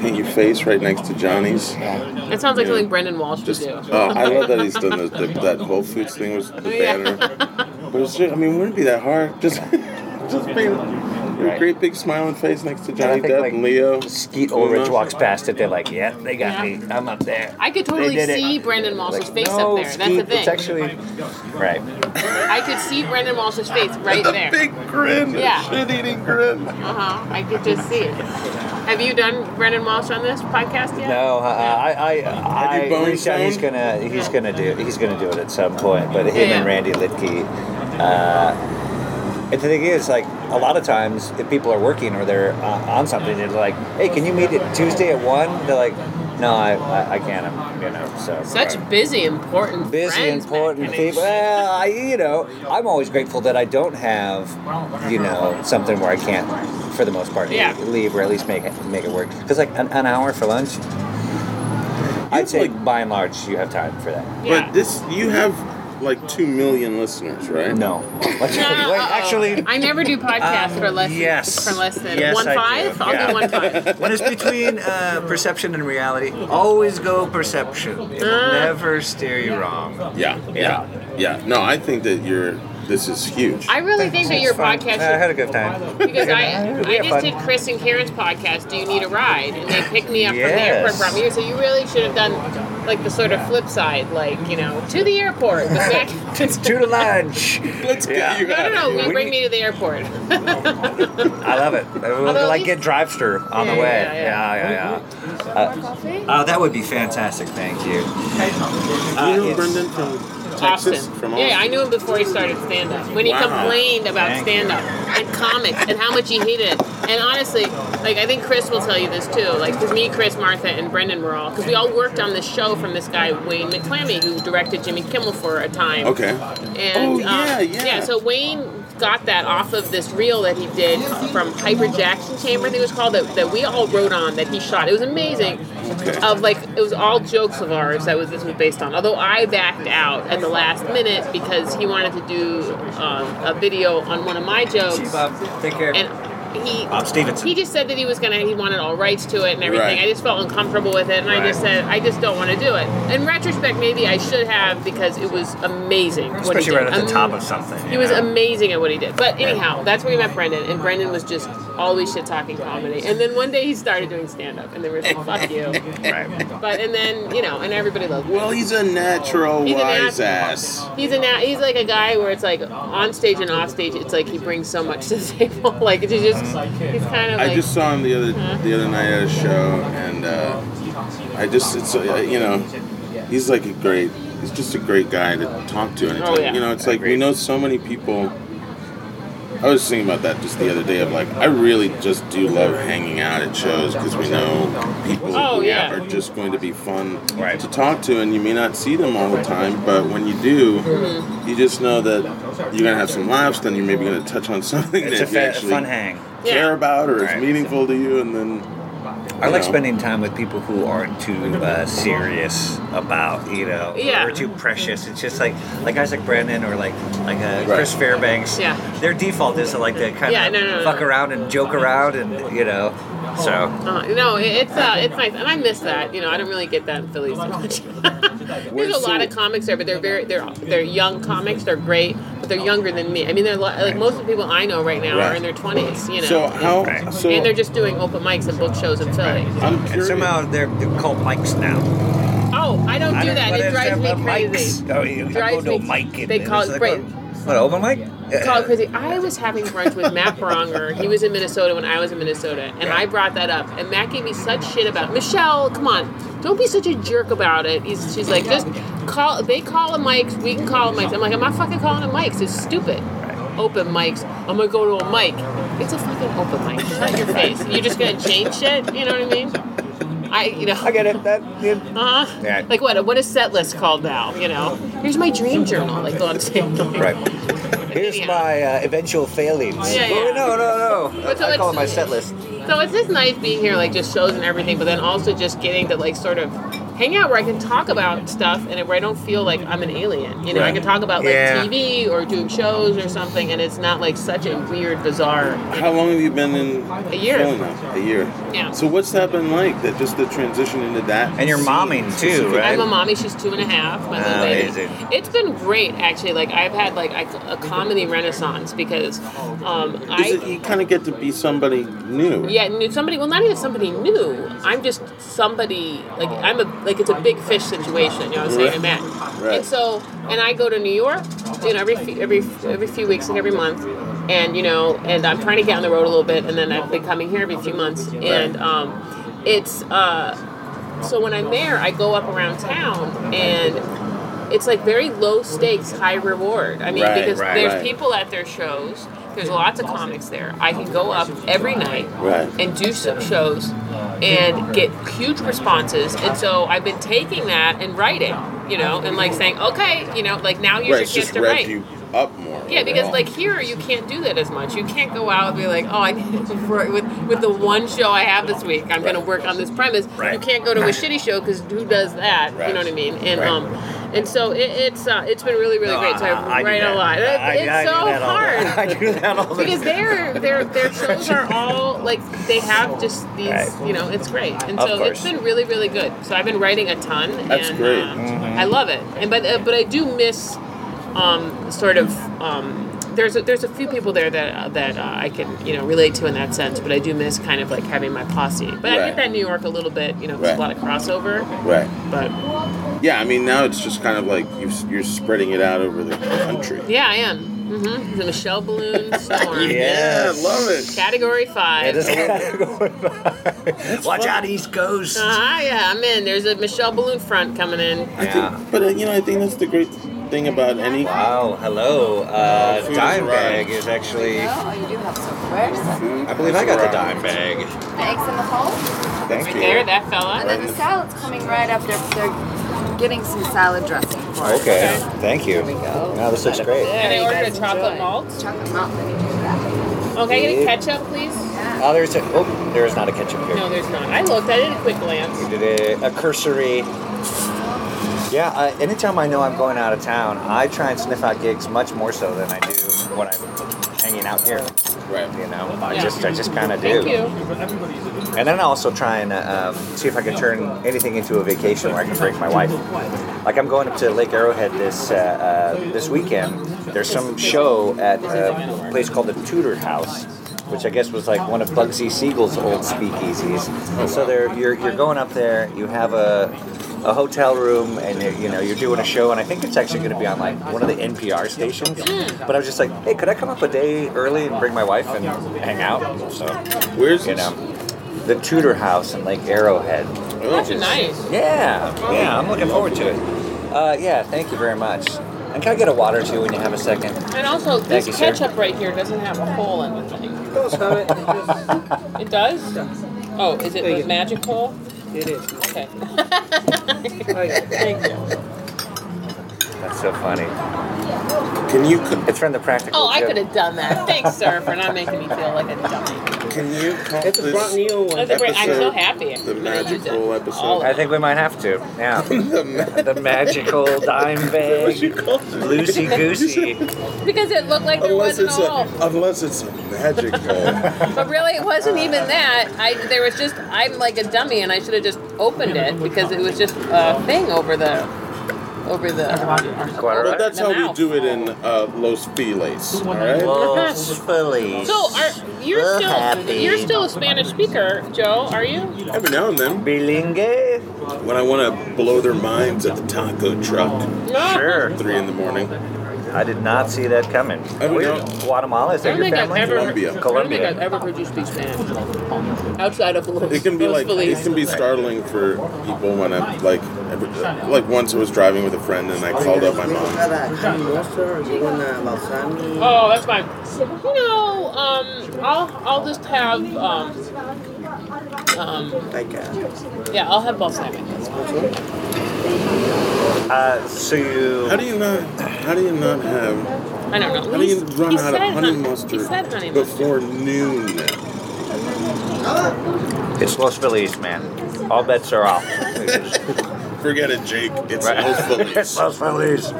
Speaker 11: paint your face right next to Johnny's?
Speaker 12: That sounds like something Brendan Walsh would
Speaker 10: uh,
Speaker 12: do.
Speaker 11: Oh, I love that he's done the, the, that Whole Foods thing was the
Speaker 12: Yeah.
Speaker 11: banner. But it's just, I mean, wouldn't it be that hard? Just, just paint a great big smiling face next to Johnny Depp and Leo.
Speaker 10: Skeet Ulrich walks past it. They're like, "Yeah, they got me. I'm up there."
Speaker 12: I could totally
Speaker 10: They did it.
Speaker 12: see Brendan Walsh's face
Speaker 10: no,
Speaker 12: up there. That's
Speaker 10: Skeet,
Speaker 12: the thing.
Speaker 10: It's actually right.
Speaker 12: I could see Brendan Walsh's face right
Speaker 10: The
Speaker 12: there.
Speaker 10: big
Speaker 11: grin, the
Speaker 12: Yeah.
Speaker 11: shit-eating grin.
Speaker 12: Uh huh. I could just see it. Have you done Brendan Walsh on this podcast yet?
Speaker 10: No, uh, I, I,
Speaker 12: Have
Speaker 10: I
Speaker 12: you boned
Speaker 10: reached out. He's
Speaker 12: someone?
Speaker 10: gonna, he's gonna do, he's gonna do it at some point. But him
Speaker 12: Yeah.
Speaker 10: and Randy Litke. Uh, and the thing is, like a lot of times, if people are working or they're uh, on something, they're like, "Hey, can you meet it Tuesday at one?" They're like, "No, I, I, I can't. I'm, you know, so."
Speaker 12: Such busy, important
Speaker 10: busy,
Speaker 12: friends.
Speaker 10: important people. Well, I, you know, I'm always grateful that I don't have, you know, something where I can't, for the most part,
Speaker 12: Yeah.
Speaker 10: leave or at least make it make it work. Because like an, an hour for lunch, I'd say by and large you have time for that.
Speaker 11: But this, you have like two million listeners, right?
Speaker 10: No.
Speaker 12: No,
Speaker 10: Wait,
Speaker 12: uh-oh.
Speaker 10: actually-
Speaker 12: I never do podcasts
Speaker 10: Um,
Speaker 12: for less.
Speaker 10: yes.
Speaker 12: For less than
Speaker 10: Yes,
Speaker 12: one
Speaker 10: I do.
Speaker 12: five. I'll
Speaker 10: Yeah.
Speaker 12: do one five.
Speaker 10: when it's between uh, perception and reality, always go perception. It'll
Speaker 12: Ah.
Speaker 10: never steer you wrong.
Speaker 11: Yeah, yeah, yeah. No, I think that you're. This is huge.
Speaker 12: I really think that your
Speaker 10: It's fine.
Speaker 12: podcast
Speaker 10: I had
Speaker 12: should,
Speaker 10: a good time.
Speaker 12: because
Speaker 10: We
Speaker 12: I I
Speaker 10: had
Speaker 12: just
Speaker 10: fun.
Speaker 12: did Chris and Karen's podcast. Do you need a ride? And they picked me up from the
Speaker 10: Yes.
Speaker 12: airport from here. So you really should have done like the sort of flip side, like you know, to the airport. The back.
Speaker 10: to the lunch.
Speaker 11: Let's
Speaker 10: yeah.
Speaker 12: No, no, no. We bring me to the airport.
Speaker 10: I love it. We'll
Speaker 12: Although at
Speaker 10: like get drive through on
Speaker 12: Yeah,
Speaker 10: the way.
Speaker 12: yeah,
Speaker 10: Yeah,
Speaker 12: yeah.
Speaker 10: yeah, yeah. Uh, oh, that would be fantastic. Thank you.
Speaker 11: you know Brendan from Texas?
Speaker 12: Uh, Austin.
Speaker 11: From Austin?
Speaker 12: Yeah, I knew him before he started stand up. When he
Speaker 11: Wow.
Speaker 12: complained about
Speaker 11: Thank
Speaker 12: stand up and comics and how much he hated it. And honestly, like I think Chris will tell you this too. Like because me, Chris, Martha, and Brendan were all because we all worked on this show from this guy Wayne McClammy who directed Jimmy Kimmel for a time.
Speaker 11: Okay.
Speaker 12: And,
Speaker 11: Oh, yeah,
Speaker 12: um,
Speaker 11: yeah.
Speaker 12: So Wayne got that off of this reel that he did from Hyper Jackson Chamber, I think it was called, that, that we all wrote on that he shot. It was amazing. Of like, it was all jokes of ours that was this was based on. Although I backed out at the last minute because he wanted to do um, a video on one of my jokes.
Speaker 10: See, Bob, take care.
Speaker 12: And he
Speaker 10: Bob Stevenson.
Speaker 12: He just said that he was gonna he wanted all rights to it and everything.
Speaker 10: Right.
Speaker 12: I just felt uncomfortable with it, and I just
Speaker 10: Right.
Speaker 12: said I just don't want to do it. In retrospect, maybe I should have because it was amazing. what he
Speaker 10: Especially right
Speaker 12: did.
Speaker 10: at the
Speaker 12: Am-
Speaker 10: top of something. you
Speaker 12: Um, he was
Speaker 10: know?
Speaker 12: amazing at what he did. But anyhow, that's where we met Brendan, and Brendan was just always shit talking comedy. And then one day he started doing stand up, and they were like, "Fuck you."
Speaker 10: Right.
Speaker 12: But and then you know, and everybody loved. him.
Speaker 11: Well, he's a natural
Speaker 12: He's a
Speaker 11: wise
Speaker 12: natural.
Speaker 11: ass.
Speaker 12: He's a na- he's like a guy where it's like on stage and off stage, it's like he brings so much to the table. Like it's just he's kind of like. Hmm.
Speaker 11: I just saw him the other
Speaker 12: Huh?
Speaker 11: the other night at a show, and uh, I just it's uh, you know he's like a great he's just a great guy to talk to, and it's
Speaker 12: Oh,
Speaker 11: like,
Speaker 12: yeah.
Speaker 11: you know it's like we know so many people. I was thinking about that just the other day of like I really just do love hanging out at shows because we know people
Speaker 12: Oh,
Speaker 11: who
Speaker 12: yeah.
Speaker 11: are just going to be fun to talk to, and you may not see them all the time, but when you do,
Speaker 12: Hmm.
Speaker 11: you just know that you're gonna have some laughs, then you're maybe gonna touch on something
Speaker 10: It's
Speaker 11: that
Speaker 10: a
Speaker 11: you
Speaker 10: fa-
Speaker 11: actually
Speaker 10: fun hang.
Speaker 11: care about or is
Speaker 10: Right.
Speaker 11: meaningful to you, and then
Speaker 10: I like spending time with people who aren't too uh, serious about, you know,
Speaker 12: Yeah.
Speaker 10: or too precious. It's just like like Isaac Brandon or like like uh,
Speaker 12: Right.
Speaker 10: Chris Fairbanks.
Speaker 12: Yeah.
Speaker 10: Their default is to like to kind
Speaker 12: Yeah,
Speaker 10: of
Speaker 12: no, no, no,
Speaker 10: fuck
Speaker 12: no.
Speaker 10: around and joke around and you know. So
Speaker 12: Uh, no, it- it's uh, it's nice, and I miss that. You know, I don't really get that in Philly so much. There's a lot of comics there, but they're very they're they're young comics. They're great, but they're younger than me. I mean, they're li- like most of the people I know right now are
Speaker 11: Right.
Speaker 12: in their twenties. You know,
Speaker 11: So how-
Speaker 12: and,
Speaker 11: so-
Speaker 12: and they're just doing open mics and book shows in Philly.
Speaker 10: and somehow they're, they're called mics now.
Speaker 12: Oh, I don't do
Speaker 10: I don't-
Speaker 12: that.
Speaker 10: what
Speaker 12: It
Speaker 10: is
Speaker 12: drives
Speaker 10: that
Speaker 12: me
Speaker 10: about
Speaker 12: crazy.
Speaker 10: mics? Oh, you- I
Speaker 12: Drives
Speaker 10: go
Speaker 12: me.
Speaker 10: to a mic and
Speaker 12: They
Speaker 10: and
Speaker 12: call
Speaker 10: it's
Speaker 12: it
Speaker 10: like,
Speaker 12: great.
Speaker 10: What open mic?
Speaker 12: Call it crazy. I was having brunch with Matt Bronger. He was in Minnesota when I was in Minnesota, and I brought that up. And Matt gave me such shit about Michelle. Come on, don't be such a jerk about it. He's, she's like, just call. They call them mics. We can call them mics. I'm like, I'm not fucking calling them mics. It's stupid. Open mics. I'm gonna go to a mic. It's a fucking open mic. It's not your face. You're just gonna change shit. You know what I mean? I, you know. I
Speaker 10: get it. That.
Speaker 12: Uh huh.
Speaker 10: Yeah.
Speaker 12: Like what? What is set list called now? You know. Here's my dream journal. Like go on stage.
Speaker 10: Right. Here's my uh, eventual failings.
Speaker 12: Yeah, yeah.
Speaker 10: Oh, no, no, no.
Speaker 12: But so
Speaker 10: I call it my
Speaker 12: it's-
Speaker 10: set list.
Speaker 12: So it's just nice being here, like just shows and everything, but then also just getting to like sort of hang out where I can talk about stuff and where I don't feel like I'm an alien. You know, I
Speaker 11: Right.
Speaker 12: can talk about like
Speaker 11: Yeah.
Speaker 12: TV or doing shows or something, and it's not like such a weird, bizarre.
Speaker 11: How long have you been in
Speaker 12: A year.
Speaker 11: Philly now? A year.
Speaker 12: Yeah.
Speaker 11: So what's that been like? That just the transition into that.
Speaker 10: And you're
Speaker 11: scene
Speaker 10: momming, too,
Speaker 11: specifically?
Speaker 12: I'm a mommy. She's two and a half. My little
Speaker 11: Oh,
Speaker 12: baby.
Speaker 11: amazing.
Speaker 12: It's been great, actually. Like I've had like a, a comedy renaissance because um, I
Speaker 11: Is it, you kind of get to be somebody new.
Speaker 12: Yeah, new somebody. Well, not even somebody new. I'm just somebody like I'm a like it's a big fish situation. You know what I'm saying?
Speaker 11: Right.
Speaker 12: to Matt.
Speaker 11: Right.
Speaker 12: And so, and I go to New York, you know, every few- every every few weeks and every month, and you know, and I'm trying to get on the road a little bit, and then I've been coming here every few months, and um, it's uh, so when I'm there, I go up around town and. It's like very low stakes, high reward. I mean,
Speaker 17: Right,
Speaker 12: because
Speaker 17: right,
Speaker 12: there's
Speaker 17: right.
Speaker 12: people at their shows. There's lots of comics there. I can go up every night
Speaker 17: Right.
Speaker 12: and do some shows and get huge responses. And so I've been taking that and writing, you know, and like saying, okay, you know, like now here's
Speaker 11: Right,
Speaker 12: your
Speaker 11: it's
Speaker 12: chance
Speaker 11: just
Speaker 12: to
Speaker 11: rev
Speaker 12: write.
Speaker 11: you up more.
Speaker 12: Yeah, because
Speaker 11: overall.
Speaker 12: like here you can't do that as much. You can't go out and be like, oh, I need to work with with the one show I have this week. I'm going to work on this premise. You
Speaker 17: Right.
Speaker 12: can't go to a shitty show because who does that? You
Speaker 17: Right.
Speaker 12: know what I mean? And
Speaker 17: Right.
Speaker 12: um, and so it, it's uh, it's been really really
Speaker 10: No,
Speaker 12: great. So I,
Speaker 10: Oh, I- I do
Speaker 12: write a
Speaker 10: that.
Speaker 12: lot. It-
Speaker 10: I-
Speaker 12: it's
Speaker 10: I do that all
Speaker 12: so
Speaker 10: the-
Speaker 12: hard
Speaker 10: I do that all the
Speaker 12: because their their their shows are all like they have just these
Speaker 10: Right.
Speaker 12: you know it's great and
Speaker 10: Of
Speaker 12: so it's
Speaker 10: course.
Speaker 12: been really really good so i've been writing a ton
Speaker 10: That's
Speaker 12: and,
Speaker 10: great.
Speaker 12: uh,
Speaker 10: Mhm.
Speaker 12: i love it and but uh, but i do miss um, sort of um, there's a, there's a few people there that uh, that uh, I can you know relate to in that sense, but I do miss kind of like having my posse. But I get
Speaker 11: Right.
Speaker 12: that in New York a little bit, you know, 'cause there's a lot
Speaker 11: Right.
Speaker 12: of crossover.
Speaker 11: Right.
Speaker 12: But
Speaker 11: Yeah, I mean now it's just kind of like you you're spreading it out over the country.
Speaker 12: yeah, I am. hmm The Michelle Balloon Storm.
Speaker 11: Yeah, love it.
Speaker 12: Category five.
Speaker 10: Watch out, East Coast.
Speaker 12: Ah, yeah, I'm in. There's a Michelle Balloon front coming in.
Speaker 11: I think, but uh, you know, I think that's the great thing about any.
Speaker 10: Wow, hello. Uh,
Speaker 11: Food has
Speaker 10: dime bag
Speaker 11: arrived.
Speaker 10: is actually.
Speaker 18: Oh, you do have some. Where's
Speaker 10: I believe I got the dime bag.
Speaker 18: Eggs in the hole?
Speaker 10: Thank
Speaker 12: Right there, that fella.
Speaker 18: And then the salad's coming right up. They're, they're getting some salad dressing for it.
Speaker 10: Okay, thank you. Now this looks great.
Speaker 12: And I
Speaker 18: you
Speaker 12: ordered
Speaker 18: guys
Speaker 12: a chocolate
Speaker 18: enjoy.
Speaker 12: malt.
Speaker 18: Chocolate malt. let me do that.
Speaker 12: Oh, can I get a
Speaker 10: Yeah.
Speaker 12: ketchup, please?
Speaker 10: Oh, there's a. Oh, there is not a ketchup here.
Speaker 12: No, there's not. I looked. I did a quick glance.
Speaker 10: We did a, a cursory. Yeah, uh, anytime I know I'm going out of town, I try and sniff out gigs much more so than I do when I'm hanging out here. Right. You know, I
Speaker 12: Yeah.
Speaker 10: just I just kind of do.
Speaker 12: Thank you.
Speaker 10: And then I also try and uh, um, see if I can turn anything into a vacation where I can break my wife. Like I'm going up to Lake Arrowhead this uh, uh, this weekend. There's some show at uh, a place called the Tudor House, which I guess was like one of Bugsy Siegel's old speakeasies. So there, you're you're going up there. You have a a hotel room, and you're, you know you're doing a show, and I think it's actually going to be on like one of the NPR stations. But I was just like, hey, could I come up a day early and bring my wife and hang out? So
Speaker 11: where's
Speaker 10: you know the Tudor House in Lake Arrowhead.
Speaker 12: That's nice.
Speaker 10: Yeah, yeah, I'm looking forward to it. Uh, yeah, thank you very much. And can I get a water too when you have a second?
Speaker 12: And also,
Speaker 10: Thank
Speaker 12: this
Speaker 10: you, sir.
Speaker 12: ketchup right here doesn't have a hole in the thing. It does it? does? Oh, is it
Speaker 10: Thank
Speaker 12: the
Speaker 10: you.
Speaker 12: magic hole? It is. Okay. Thank you.
Speaker 10: That's It's so funny.
Speaker 11: Can you?
Speaker 10: It's from the practical.
Speaker 12: Oh, I
Speaker 10: Joke.
Speaker 12: could have done that. Thanks, sir, for not making me feel like a dummy.
Speaker 11: Can you? Call
Speaker 12: It's a
Speaker 11: this
Speaker 12: Brock Neal one. It's a great- I'm so happy.
Speaker 11: The magical episode.
Speaker 10: I think we might have to. Yeah. the, magical dime bag. Lucy goosey.
Speaker 12: Because it looked like there
Speaker 11: Unless
Speaker 12: wasn't
Speaker 11: it's
Speaker 12: a hole.
Speaker 11: a, unless it's a magic uh, hole.
Speaker 12: But really, it wasn't even that. I there was just I'm like a dummy, and I should have just opened it because it was just a thing over the over the.
Speaker 11: But that's
Speaker 12: the
Speaker 11: how
Speaker 12: mouth.
Speaker 11: we do it in uh, Los Feliz. All right.
Speaker 12: Los
Speaker 11: Feliz.
Speaker 12: So are you're
Speaker 11: We're
Speaker 12: still
Speaker 11: happy.
Speaker 12: you're still a Spanish speaker, Joe? Are you?
Speaker 11: Every now and then.
Speaker 10: Bilingue.
Speaker 11: When I want to blow their minds at the taco truck.
Speaker 10: Sure.
Speaker 11: Three in the morning.
Speaker 10: I did not see that coming.
Speaker 11: I don't
Speaker 10: Where-
Speaker 11: know.
Speaker 10: Guatemala is
Speaker 12: I
Speaker 10: that
Speaker 12: don't
Speaker 10: your
Speaker 12: think I've
Speaker 10: family?
Speaker 12: ever I don't think I've
Speaker 10: Colombia.
Speaker 12: ever heard you speak Spanish outside of Los
Speaker 11: It can be
Speaker 12: Los
Speaker 11: like
Speaker 12: Feliz.
Speaker 11: it can be startling for people when I'm like every, like once I was driving with a friend and I called up my mom.
Speaker 12: Oh, that's fine. You know, um, I'll I'll just have um, um, yeah, I'll have balsamic. That's fine.
Speaker 10: Uh, so you.
Speaker 11: How do you not? How do you not have?
Speaker 12: I don't know.
Speaker 11: How do you
Speaker 12: He's-
Speaker 11: run
Speaker 12: he
Speaker 11: out of
Speaker 12: said
Speaker 11: honey
Speaker 12: hun- he
Speaker 11: mustard
Speaker 12: said honey
Speaker 11: before noon?
Speaker 10: It's Los Feliz, man. All bets are off.
Speaker 11: Forget it, Jake. It's
Speaker 10: Right.
Speaker 11: Los Feliz.
Speaker 10: It's Los Feliz.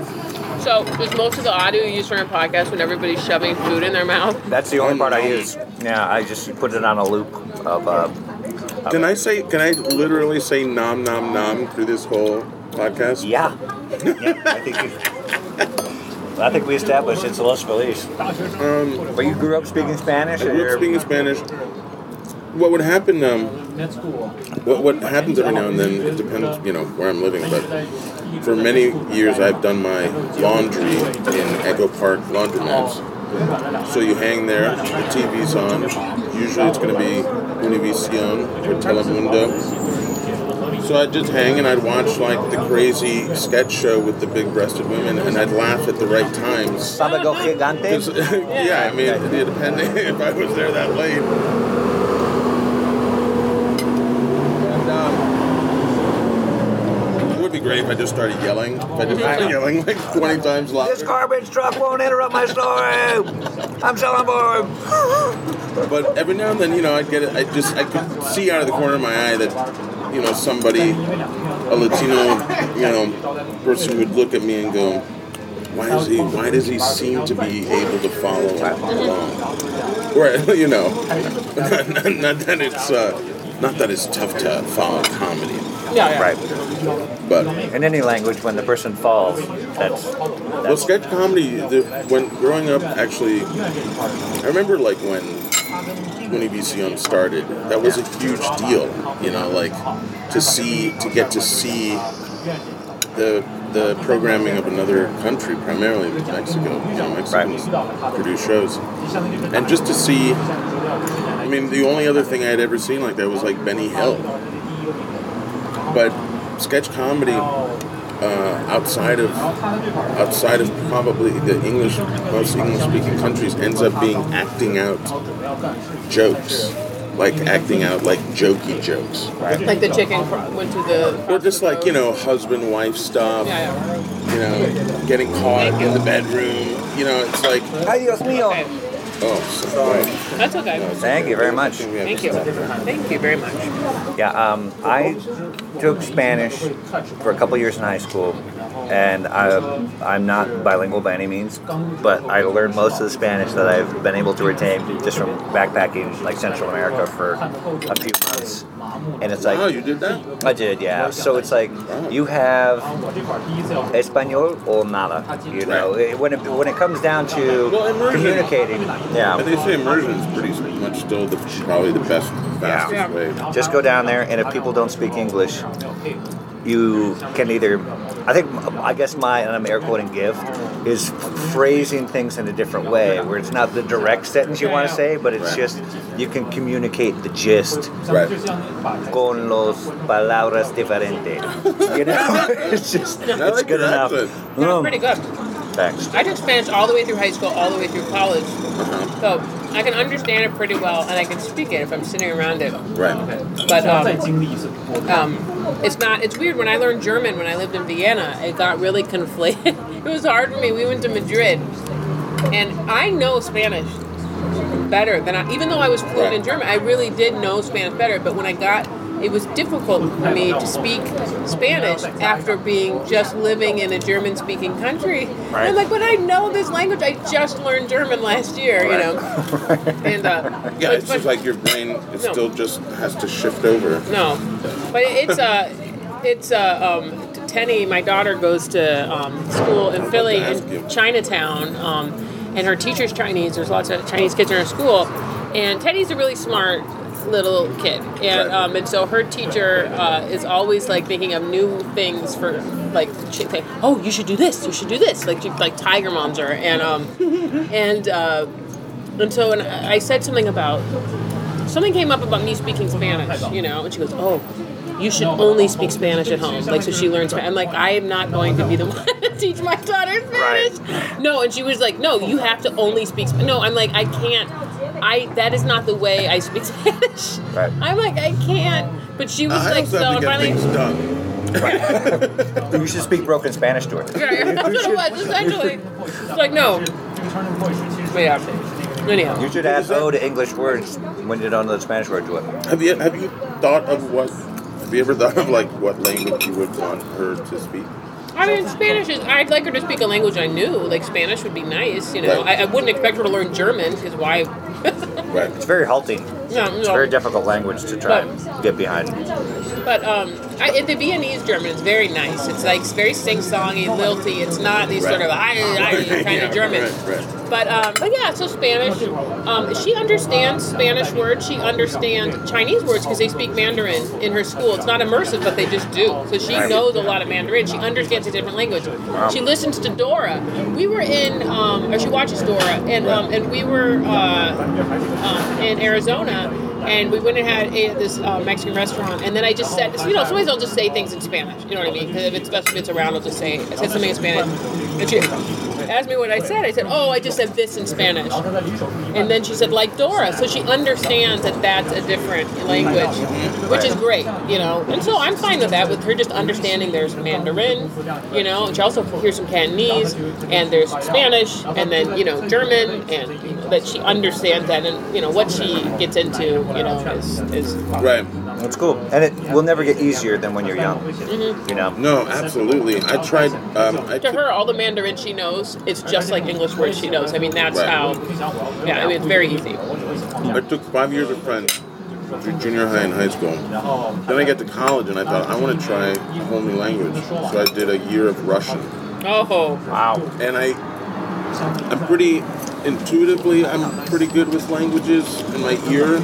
Speaker 12: So, is most of the audio you use for a podcast when everybody's shoving food in their mouth?
Speaker 10: That's the only part I use. Yeah, I just put it on a loop of. Uh,
Speaker 11: Can I say? Can I literally say nom nom nom through this whole podcast?
Speaker 10: Yeah. I think. I think we established it's Los Feliz.
Speaker 11: Um,
Speaker 10: but you grew up speaking Spanish.
Speaker 11: I grew up speaking Spanish. What would happen? Um,
Speaker 17: That's cool.
Speaker 11: what what happens every now and then? It depends, you know, where I'm living. But for many years, I've done my laundry in Echo Park laundromats. So you hang there, the TV's on. Usually, it's going to be Univision or Telemundo. So I'd just hang and I'd watch like the crazy sketch show with the big-breasted women, and I'd laugh at the right times.
Speaker 10: Sábado gigante.
Speaker 11: yeah, I mean, it depending if I was there that late. And, um, it would be great if I just started yelling. If I just started yelling like 20 times
Speaker 10: This
Speaker 11: louder.
Speaker 10: garbage truck won't interrupt my story. I'm selling board.
Speaker 11: But every now and then, you know, I'd get it. I just I could see out of the corner of my eye that, you know, somebody, a Latino, you know, person would look at me and go, "Why is he? Why does he seem to be able to follow along?" Or you know, not that it's uh, not that it's tough to follow comedy.
Speaker 12: Yeah, yeah.
Speaker 10: Right.
Speaker 11: But
Speaker 10: in any language, when the person falls, that's
Speaker 11: Well, sketch comedy. The, when growing up, actually, I remember like when when EBCM started. That was a huge deal. You know, like to see to get to see the the programming of another country, primarily Mexico. You know, Mexicans produce shows, and just to see. I mean, the only other thing I had ever seen like that was like Benny Hill, but sketch comedy uh, outside of outside of probably the English most English speaking countries ends up being acting out jokes, like acting out like jokey jokes,
Speaker 12: Like the chicken cro- went to the.
Speaker 11: or just like you know husband wife stuff, you know getting caught in the bedroom, you know it's like
Speaker 10: Adios mio.
Speaker 11: Oh, sorry.
Speaker 12: That's okay.
Speaker 10: Thank you very much.
Speaker 12: Thank you. Thank you very much.
Speaker 10: Yeah, um, I took Spanish for a couple years in high school, and I, I'm not bilingual by any means, but I learned most of the Spanish that I've been able to retain just from backpacking like Central America for a few months. And it's like,
Speaker 11: Wow, oh, you did that?
Speaker 10: I did, yeah. So it's like you have español or nada. You know, It- when it when it comes down to communicating, yeah.
Speaker 11: And they say immersion is pretty much still the, probably the best, fastest
Speaker 10: Yeah.
Speaker 11: way.
Speaker 10: Just go down there, and if people don't speak English, you can either. I think, I guess my, and I'm air quoting gift, is phrasing things in a different way where it's not the direct sentence you want to say, but it's
Speaker 11: Right.
Speaker 10: just you can communicate the gist.
Speaker 11: Right.
Speaker 10: Con los palabras diferentes. You know? it's just, it's good enough.
Speaker 12: That's
Speaker 10: Mm.
Speaker 11: Um,
Speaker 12: pretty good.
Speaker 10: Thanks.
Speaker 11: Uh-huh.
Speaker 12: I took Spanish all the way through high school, all the way through college. So I can understand it pretty well, and I can speak it if I'm sitting around it.
Speaker 11: Right.
Speaker 12: But um, um, it's not. It's weird. When I learned German when I lived in Vienna, it got really conflated. it was hard for me. We went to Madrid, and I know Spanish better than I. Even though I was fluent in German, I really did know Spanish better. But when I got, it was difficult for me to speak Spanish after being just living in a German-speaking country. And I'm
Speaker 2: Right.
Speaker 12: like, but I know this language. I just learned German last year. You know. And uh,
Speaker 11: Yeah, it's just like your brain. It
Speaker 12: No.
Speaker 11: still just has to shift over.
Speaker 12: No, but it's a, it's a. Um, Tenny, my daughter goes to um, school in Philly in Chinatown, um, and her teacher's Chinese. There's lots of Chinese kids in her school, and Teddy's a really smart little kid, and um, and so her teacher uh, is always like thinking of new things for like, she, like oh you should do this, you should do this, like she, like tiger moms her, and um, and uh, and so and I I said something about something came up about me speaking Spanish, you know, and she goes, "Oh, you should only speak Spanish at home." Like, so she learns. Spanish. I'm like, I am not going to be the one to teach my daughter Spanish. No, and she was like, "No, you have to only speak." Sp-. No, I'm like, I can't. I that is not the way I speak Spanish.
Speaker 11: Right.
Speaker 12: I'm like, I can't. But she was
Speaker 11: I
Speaker 12: like,
Speaker 11: also
Speaker 12: so
Speaker 11: have to
Speaker 12: and
Speaker 11: get
Speaker 12: finally.
Speaker 11: things done.
Speaker 10: you should speak broken Spanish to her.
Speaker 12: Yeah, that's what it was, essentially. It's like no. But yeah. Anyhow.
Speaker 10: You should add O to English words when you don't know the Spanish word to it.
Speaker 11: Have you have you thought of what? Have you ever thought of like what language you would want her to speak?
Speaker 12: I mean, Spanish is. I'd like her to speak a language I knew. Like Spanish would be nice, you know.
Speaker 10: Right.
Speaker 12: I, I wouldn't expect her to learn German because why?
Speaker 11: Right.
Speaker 10: It's very halting.
Speaker 12: No,
Speaker 10: It's a
Speaker 12: no.
Speaker 10: very difficult language to try and get behind.
Speaker 12: But um, I, it- the Viennese German is very nice. It's like very sing-songy, lilty. It's not these sort of I, I kind
Speaker 2: Yeah,
Speaker 12: of German. But um, but yeah, so Spanish. Um, she understands Spanish words. She understands Chinese words because they speak Mandarin in her school. It's not immersive, but they just do. So she
Speaker 2: Right.
Speaker 12: knows a lot of Mandarin. She understands a different language.
Speaker 2: Wow.
Speaker 12: She listens to Dora. We were in, um, or she watches Dora, and um, and we were uh, um, in Arizona, and we went and had a, this uh, Mexican restaurant, and then I just said, you know, sometimes I'll just say things in Spanish. You know what I mean? 'Cause if it's especially if it's around, I'll just say I said something in Spanish. And she asked me what I said. I said, oh, I just said this in Spanish. And then she said, like Dora. So she understands that that's a different language, which is great, you know. And so I'm fine with that, with her just understanding there's Mandarin, you know, and she also hears some Cantonese, and there's Spanish, and then, you know, German, and you know, that she understands that, and, you know, what she gets into, you know, is. is
Speaker 11: Right.
Speaker 10: That's cool. And it will never get easier than when you're young.
Speaker 12: Mhm.
Speaker 10: You know?
Speaker 11: No, absolutely. I tried. Um, I
Speaker 12: To her, all the Mandarin she knows, it's just like English words she knows. I mean, that's
Speaker 11: Right.
Speaker 12: how. Yeah, I mean, it's very easy.
Speaker 11: I took five years of French, through junior high and high school. Then I got to college and I thought I want to try a whole new language. So I did a year of Russian.
Speaker 12: Oh.
Speaker 10: Wow.
Speaker 11: And I, I'm pretty intuitively. I'm pretty good with languages in my ear.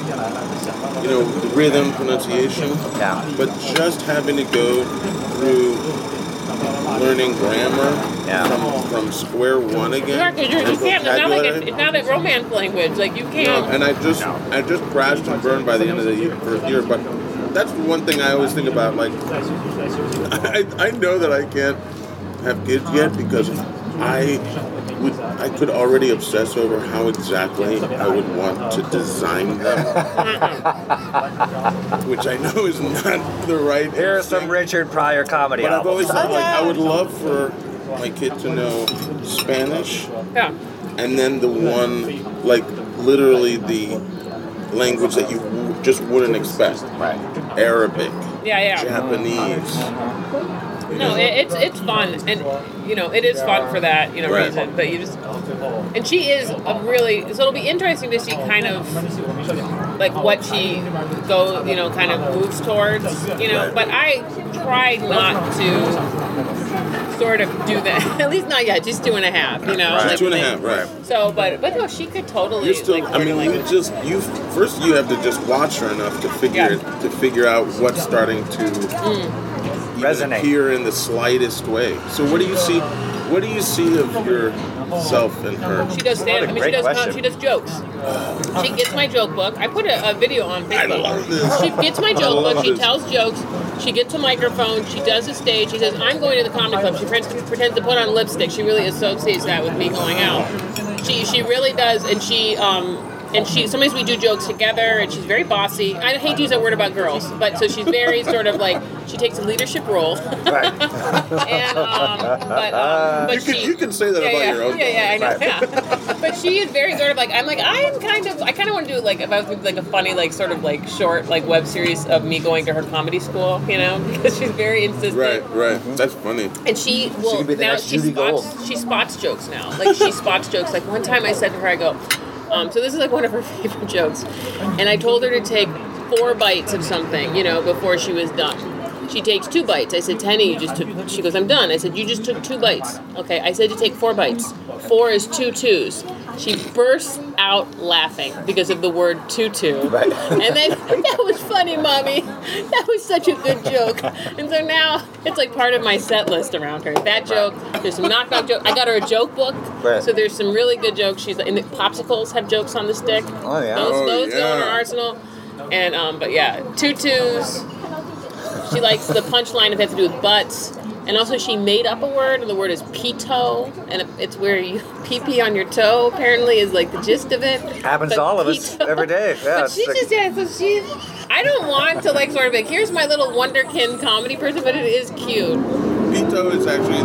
Speaker 11: You know, the rhythm, pronunciation.
Speaker 10: Yeah.
Speaker 11: But just having to go through learning grammar from, from square one again.
Speaker 12: Exactly. You,
Speaker 11: and
Speaker 12: you can't. It's not like
Speaker 11: vocabulary.
Speaker 12: a, it's not a romance language. Like you
Speaker 11: No,
Speaker 12: can't.
Speaker 11: and I just I just crashed and burned by the end of the year, first year. But that's the one thing I always think about. Like I, I know that I can't have kids yet because I would I could already obsess over how exactly I would want to design them,
Speaker 12: Mm-hmm.
Speaker 11: which I know is not the right.
Speaker 10: Here's some Richard Pryor comedy.
Speaker 11: But I've always
Speaker 10: albums.
Speaker 11: thought like I would love for my kid to know Spanish
Speaker 12: Yeah.
Speaker 11: and then the one like literally the language that you w- just wouldn't expect right arabic
Speaker 12: Yeah. Yeah.
Speaker 11: japanese
Speaker 12: No, it, it's it's fun, and you know it is fun for that you know
Speaker 11: Right.
Speaker 12: reason. But you just and she is a really so it'll be interesting to see kind of like what she go you know kind of moves towards you know. But I tried not to sort of do that at least not yet. She's two and a half, you know.
Speaker 11: She's
Speaker 12: like,
Speaker 11: two and a
Speaker 12: thing.
Speaker 11: half right
Speaker 12: So, but but no, she could totally.
Speaker 11: you're still
Speaker 12: like,
Speaker 11: i mean you just you first you have to just watch her enough to figure to figure out what's starting to
Speaker 12: mm.
Speaker 11: resonate appear in the slightest way so what do you see what do you see of yourself and her
Speaker 12: She does stand. I mean, she does. Uh, she does jokes. She gets my joke book. I put a, a video on Facebook.
Speaker 11: love this.
Speaker 12: She gets my
Speaker 11: I
Speaker 12: joke
Speaker 11: love
Speaker 12: book. She
Speaker 11: this.
Speaker 12: tells jokes. She gets a microphone. She does a stage. She says, "I'm going to the comedy club." She pretends, pretends to put on lipstick. She really associates that with me going out. She she really does, and she um and she sometimes we do jokes together and she's very bossy i hate to use that word about girls but so she's very sort of like she takes a leadership role and um, but, um, but
Speaker 11: you, can,
Speaker 12: she-
Speaker 11: you can say that
Speaker 12: yeah,
Speaker 11: about
Speaker 12: yeah,
Speaker 11: your own.
Speaker 12: yeah, yeah, I know,
Speaker 11: Right.
Speaker 12: yeah. But she is very sort of like I'm like I am kind of I kind of want to do like if I was gonna do like a funny like sort of like short like web series of me going to her comedy school, you know, because she's very insistent.
Speaker 11: Right, right.
Speaker 12: Mm-hmm.
Speaker 11: That's funny.
Speaker 12: And she will
Speaker 11: could be the
Speaker 12: now
Speaker 11: next
Speaker 12: she
Speaker 11: Judy
Speaker 12: spots
Speaker 11: Gold.
Speaker 12: she spots jokes now. Like she spots jokes. Like one time I said to her, I go, um, so this is like one of her favorite jokes, and I told her to take four bites of something, you know, before she was done. She takes two bites. I said, Tenny, you just took. She goes, I'm done. I said, you just took two bites. Okay. I said to take four bites. Four is two twos. She bursts out laughing because of the word tutu. Right. And then that was funny, mommy. That was such a good joke. And so now it's like part of my set list around her. That joke. There's some knock knock joke. I got her a joke book.
Speaker 10: Right.
Speaker 12: So there's some really good jokes. She's and the popsicles have jokes on the stick.
Speaker 10: Oh, yeah.
Speaker 12: Those,
Speaker 10: Oh,
Speaker 12: those go in her
Speaker 10: yeah.
Speaker 12: arsenal. And um, but yeah, tutus. She likes the punchline if it has to do with butts. And also, she made up a word, and the word is pito, and it's where you pee pee on your toe. Apparently, is like the gist of it.
Speaker 10: Happens
Speaker 12: But
Speaker 10: to all of us
Speaker 12: pito-
Speaker 10: every day. Yeah,
Speaker 12: but
Speaker 10: it's
Speaker 12: she
Speaker 10: like-
Speaker 12: just yeah. So she, I don't want to like sort of like here's my little wonderkin comedy person, but it is cute.
Speaker 11: Pito is actually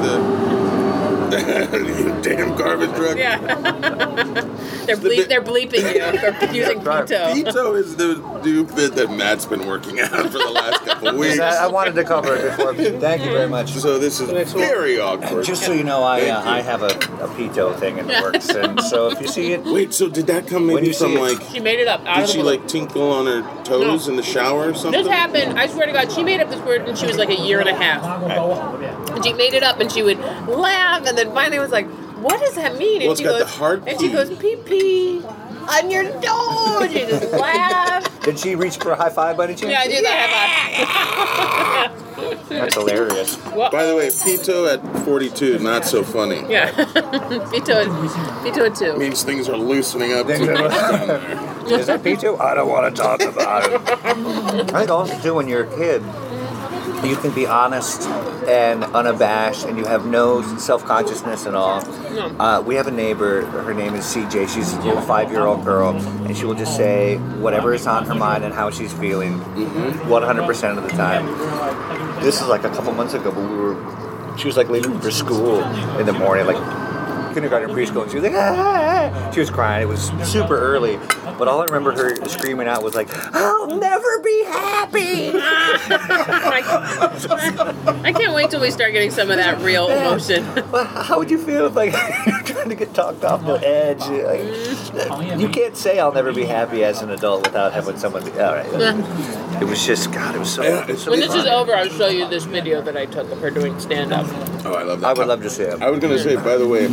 Speaker 11: the you damn garbage truck.
Speaker 12: Yeah. they're bleep, they're bleeping you for using pito.
Speaker 11: Pito is the new bit that Matt's been working out for the last couple of weeks.
Speaker 10: I, I wanted to cover it before. Thank you very much.
Speaker 11: So this is very awkward.
Speaker 10: Just so you know, I uh,
Speaker 11: Thank you.
Speaker 10: I have a, a pito thing in the works, and so if you see it,
Speaker 11: Wait, so did that come maybe from like?
Speaker 12: She made it up. Out
Speaker 11: Did
Speaker 12: of
Speaker 11: she
Speaker 12: the blue.
Speaker 11: like tinkle on her toes in the shower or something?
Speaker 12: This happened. I swear to God, she made up this word when she was like a year and a half. And she made it up, and she would laugh, and then finally was like, "What does that mean?" And
Speaker 11: Well, it's
Speaker 12: she
Speaker 11: got
Speaker 12: goes,
Speaker 11: the heart
Speaker 12: and she
Speaker 11: key.
Speaker 12: goes, "Pee pee on your nose." And she just laughed.
Speaker 10: did she reach for a high five by any chance?
Speaker 12: Yeah, I did that.
Speaker 10: That's hilarious.
Speaker 11: By the way, Pito at 42, not so funny.
Speaker 12: Yeah, Vito, Vito too.
Speaker 11: Means things are loosening up too much down there.
Speaker 10: Is that Pito? I don't want to talk about it. I think also too when you're a kid, you can be honest and unabashed, and you have no self-consciousness at all.
Speaker 12: No.
Speaker 10: Uh, we have a neighbor. Her name is CJ. She's a little five-year-old girl, and she will just say whatever is on her mind and how she's feeling, 100% of the time. This is like a couple months ago, but we were. She was like leaving for school in the morning, like kindergarten, preschool, and she was like, ah! she was crying. It was super early, but all I remember her screaming out was like, I'll never be happy.
Speaker 12: I, I can't wait till we start getting some of that real emotion.
Speaker 10: How would you feel if like you're trying to get talked off the edge? Like, you can't say I'll never be happy as an adult without having someone. Be, all right. It was just God. It was so. it was so
Speaker 12: When this is
Speaker 10: fun.
Speaker 12: over, I'll show you this video that I took of her doing stand up.
Speaker 11: Oh, I love that. I would love
Speaker 10: to see it.
Speaker 11: I was gonna say, by the way,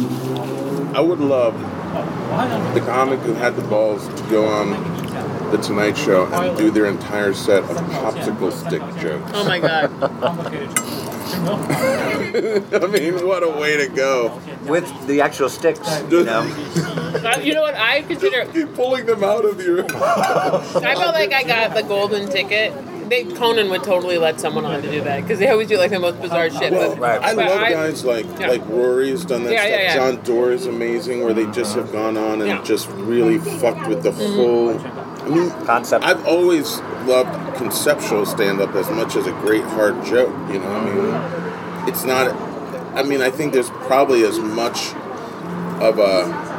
Speaker 11: I would love the comic who had the balls to go on the Tonight Show and do their entire set of popsicle stick jokes.
Speaker 12: Oh my god.
Speaker 11: I mean, what a way to go.
Speaker 10: With the actual sticks, you know.
Speaker 12: Uh, you know what I consider?
Speaker 11: pulling them out of your.
Speaker 12: I felt like I got the golden ticket. They, Conan would totally let someone on to do that because they always do like the most bizarre shit.
Speaker 11: Well,
Speaker 12: but,
Speaker 11: I
Speaker 12: but
Speaker 11: love guys like
Speaker 12: Yeah.
Speaker 11: like Rory's done that
Speaker 12: Yeah,
Speaker 11: stuff.
Speaker 12: yeah, yeah.
Speaker 11: John Doerr is amazing, where they just have gone on and
Speaker 12: Yeah.
Speaker 11: just really fucked with the
Speaker 12: Mhm.
Speaker 11: whole. I mean,
Speaker 10: concept.
Speaker 11: I've always loved conceptual stand-up as much as a great hard joke. You know, I mean, it's not. I mean, I think there's probably as much of a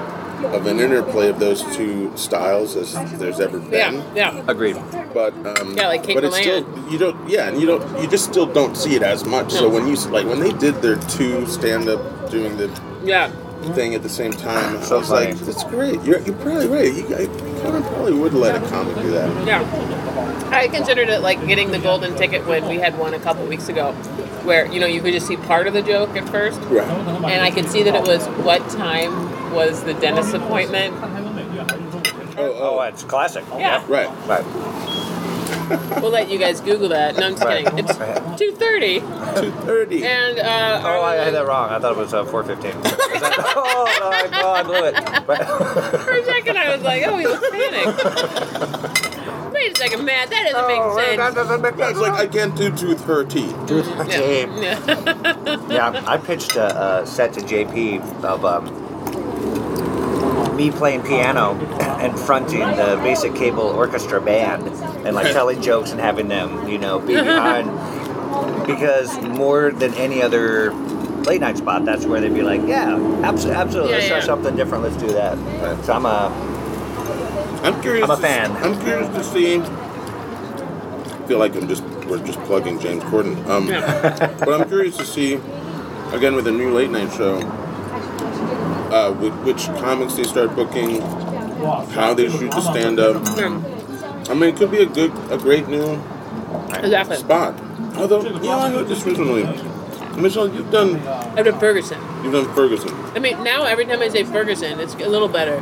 Speaker 11: of an interplay of those two styles as there's ever been.
Speaker 12: Yeah, yeah.
Speaker 10: Agreed.
Speaker 11: But um,
Speaker 12: Yeah, like Kate
Speaker 11: but it's
Speaker 12: Milan.
Speaker 11: still you don't yeah, and you don't you just still don't see it as much. So
Speaker 12: No.
Speaker 11: when you s- like when they did their two stand up doing the
Speaker 12: Yeah.
Speaker 11: thing at the same time,
Speaker 10: So
Speaker 11: I was
Speaker 10: funny.
Speaker 11: like, that's great. You're, you're probably right. You guys Conan probably would let a comic do that.
Speaker 12: Yeah. I considered it like getting the golden ticket when we had one a couple weeks ago where, you know, you could just see part of the joke at first.
Speaker 11: Right.
Speaker 12: And I could see that it was what time was the dentist appointment.
Speaker 10: Oh, it's classic.
Speaker 12: Yeah.
Speaker 11: Right.
Speaker 10: Right.
Speaker 12: We'll let you guys Google that. No, I'm just kidding. It's 2.30.
Speaker 11: 2.30.
Speaker 12: And, uh,
Speaker 10: Oh, I had that wrong. I thought it was uh, 4:15. oh, no, I, oh, I blew it.
Speaker 12: For a second, I was like, oh, he looks panicked. Wait a second, Matt, that doesn't
Speaker 10: Oh,
Speaker 12: make sense.
Speaker 11: I was like, I can't do tooth her tea.
Speaker 10: Tooth her tea.
Speaker 12: Yeah.
Speaker 10: yeah, I pitched a, a set to JP of um, me playing piano and fronting the basic cable orchestra band and like telling jokes and having them, you know, be behind because more than any other late night spot, that's where they'd be like, yeah, abs- absolutely,
Speaker 11: Yeah,
Speaker 10: let's try
Speaker 11: yeah.
Speaker 10: something different, let's do that. So I'm a,
Speaker 11: I'm curious.
Speaker 10: I'm a
Speaker 11: to-
Speaker 10: fan.
Speaker 11: I'm curious to see. I feel like I'm just we're just plugging James Corden. Um, but I'm curious to see again with a new late night show. Uh, which, which comics they start booking, how they shoot the stand up. I mean, it could be a good, a great new
Speaker 12: Exactly.
Speaker 11: spot. Although, you know, I heard this recently. Michelle, you've done,
Speaker 12: I've done Ferguson.
Speaker 11: you've done Ferguson.
Speaker 12: I mean, now every time I say Ferguson, it's a little better.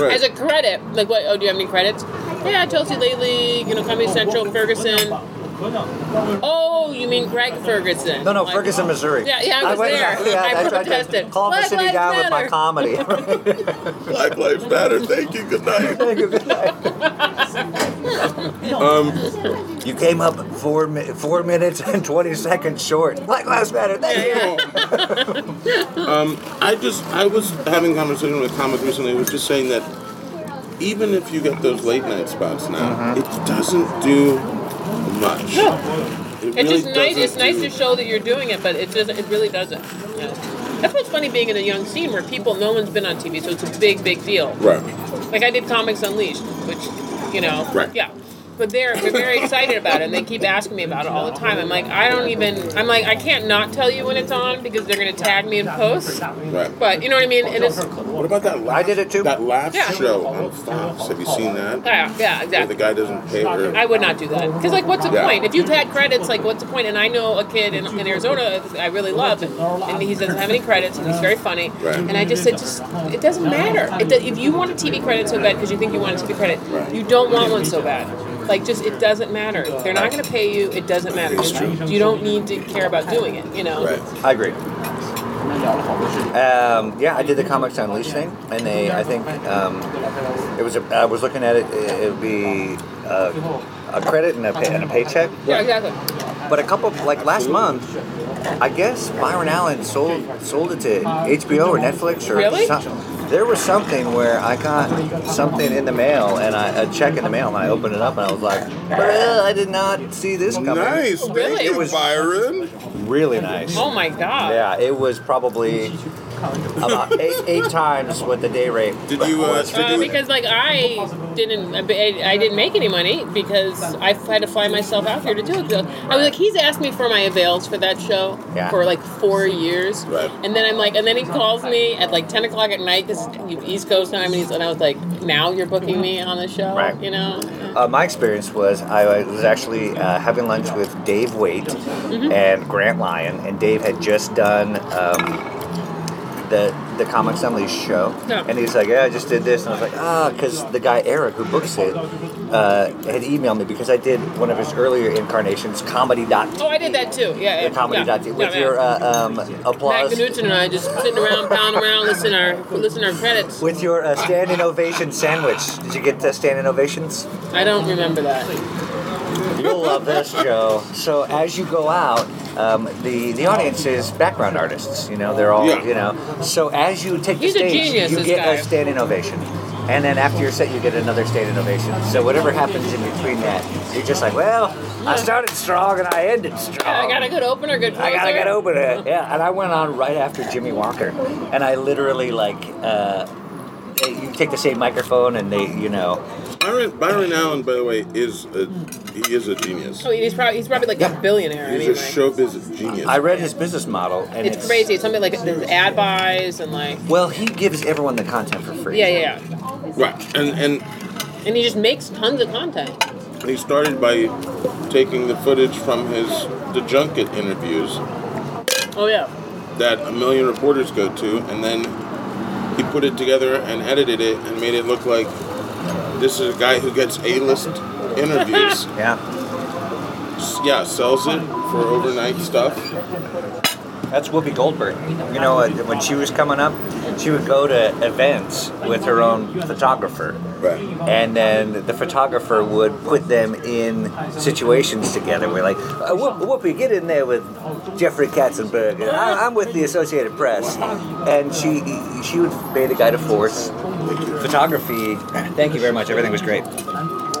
Speaker 11: Right.
Speaker 12: As a credit, like what? Oh, do you have any credits? Yeah, Chelsea Lately, you know, Comedy Central, Ferguson. Oh, you mean Greg Ferguson?
Speaker 10: no, no, Ferguson, Missouri.
Speaker 12: Yeah, yeah, I was
Speaker 10: went-
Speaker 12: there.
Speaker 10: yeah,
Speaker 12: I
Speaker 10: tried to
Speaker 12: protested.
Speaker 10: Calm the
Speaker 12: Black
Speaker 10: city
Speaker 12: Lives
Speaker 10: down with my
Speaker 12: Matter.
Speaker 10: comedy.
Speaker 11: Black Lives Matter. Thank you. Good night.
Speaker 10: um, you came up four mi- four minutes and twenty seconds short. Black Lives Matter. Thank you.
Speaker 11: um, I just I was having a conversation with a comic recently, was just saying that even if you get those late night spots now, it doesn't do much.
Speaker 12: No.
Speaker 11: It
Speaker 12: It's
Speaker 11: really
Speaker 12: just nice. It's
Speaker 11: doesn't
Speaker 12: nice
Speaker 11: do-
Speaker 12: to show that you're doing it, but it doesn't. It really doesn't. Yeah. That's what's funny being in a young scene where people, no one's been on TV, so it's a big, big deal.
Speaker 11: Right.
Speaker 12: Like I did Comics Unleashed, which, you know,
Speaker 11: Right.
Speaker 12: yeah. But they're, they're very excited about it, and they keep asking me about it all the time. I'm like, I don't even. I'm like, I can't not tell you when it's on because they're gonna tag me in post.
Speaker 11: Right.
Speaker 12: But you know what I mean? And it's
Speaker 11: What about that? Laugh, I did it too. That laugh
Speaker 12: Yeah.
Speaker 11: show on Fox. Have you seen that?
Speaker 12: yeah,
Speaker 11: Where
Speaker 12: yeah,
Speaker 11: the
Speaker 12: exactly.
Speaker 11: guy doesn't pay. Or,
Speaker 12: I would not do that because, like, what's the
Speaker 11: Yeah.
Speaker 12: point? If you've had credits, like, what's the point? And I know a kid in, in Arizona I really love, and he doesn't have any credits, and he's very funny.
Speaker 11: Right.
Speaker 12: And I just said, just it doesn't matter. It do, if you want a TV credit so bad because you think you want a TV credit, you don't want one so bad. Like, just it doesn't matter. If they're not going to pay you, it doesn't matter.
Speaker 10: It's true.
Speaker 12: You don't need to care about doing it. You know.
Speaker 10: I agree. Um, yeah, I did the Comics Unleashed thing, and they, I think, um, it was. A, I was looking at it. It it would be a, a credit and a, pay, and a paycheck.
Speaker 12: Yeah, exactly.
Speaker 10: But a couple, like last month, I guess Byron Allen sold sold it to HBO or Netflix or
Speaker 12: Really?
Speaker 10: something. There was something where I got something in the mail and I, a check in the mail, and I opened it up and I was like, "Bruh, I did not see this coming.
Speaker 11: Nice, thank Really? you,
Speaker 10: it was
Speaker 11: Byron.
Speaker 10: Really nice.
Speaker 12: Oh my god.
Speaker 10: Yeah, it was probably about eight, eight times what the day rate. Did you? Uh,
Speaker 12: Uh, because like I didn't, I I didn't make any money because I had to fly myself out here to do it. I was like, he's asked me for my avails for that show
Speaker 10: Yeah.
Speaker 12: for like four years,
Speaker 10: Right.
Speaker 12: and then I'm like, and then he calls me at like ten o'clock at night because East Coast time, and, he's, and I was like, now you're booking me on the show,
Speaker 10: Right.
Speaker 12: you know?
Speaker 10: Uh, my experience was I was actually uh, having lunch with Dave Waite
Speaker 12: Mhm.
Speaker 10: and Grant Lyon, and Dave had just done um, the the Comics Unleashed show,
Speaker 12: Yeah.
Speaker 10: and he's like, "Yeah, I just did this," and I was like, "Ah," because the guy Eric who books it uh, had emailed me because I did one of his earlier incarnations, Comedy Dot
Speaker 12: Oh, I did that too. Yeah, yeah.
Speaker 10: the comedy
Speaker 12: yeah.
Speaker 10: dot
Speaker 12: Yeah,
Speaker 10: with
Speaker 12: yeah.
Speaker 10: your uh, um, applause
Speaker 12: Matt Knutson and I just sitting around, pounding around, listening our listening our credits.
Speaker 10: with your uh, standing ovation sandwich. Did you get the standing ovations?
Speaker 12: I don't remember that.
Speaker 10: You'll love this, Joe. So as you go out, um, the the audience is background artists. You know, they're all
Speaker 12: Yeah.
Speaker 10: you know. So as you take the
Speaker 12: He's a
Speaker 10: stage,
Speaker 12: genius,
Speaker 10: you
Speaker 12: this
Speaker 10: get
Speaker 12: guy.
Speaker 10: a standing ovation. And then after your set, you get another standing ovation. So whatever happens in between that, you're just like, well, I started strong and I ended strong.
Speaker 12: I got a good opener, good closer.
Speaker 10: Oh. I gotta get over it. Yeah, and I went on right after Jimmy Walker, and I literally like, uh, they- you take the same microphone and they, you know,
Speaker 11: Byron, Byron Allen, by the way, is a he is a genius.
Speaker 12: Oh, he's probably he's probably like a billionaire. I
Speaker 11: He's
Speaker 12: mean,
Speaker 11: a
Speaker 12: like-
Speaker 11: showbiz genius.
Speaker 10: I read his business model and
Speaker 12: it's, crazy. It's something like there's ad buys and like
Speaker 10: Well, he gives everyone the content for free.
Speaker 12: yeah, yeah, yeah.
Speaker 11: Right, and
Speaker 12: and he just makes tons of content.
Speaker 11: and he started by taking the footage from his the junket interviews
Speaker 12: Oh yeah,
Speaker 11: that a million reporters go to, and then he put it together and edited it and made it look like this is a guy who gets A-list interviews.
Speaker 10: yeah.
Speaker 11: Yeah, sells it for overnight stuff.
Speaker 10: That's Whoopi Goldberg. You know, uh, when she was coming up, she would go to events with her own photographer. Right. And then the photographer would put them in situations together. We're like, uh, Whoop- Whoopi, get in there with Jeffrey Katzenberg. I, I'm with the Associated Press. And she she would pay the guy to force photography. Thank you very much. Everything was great.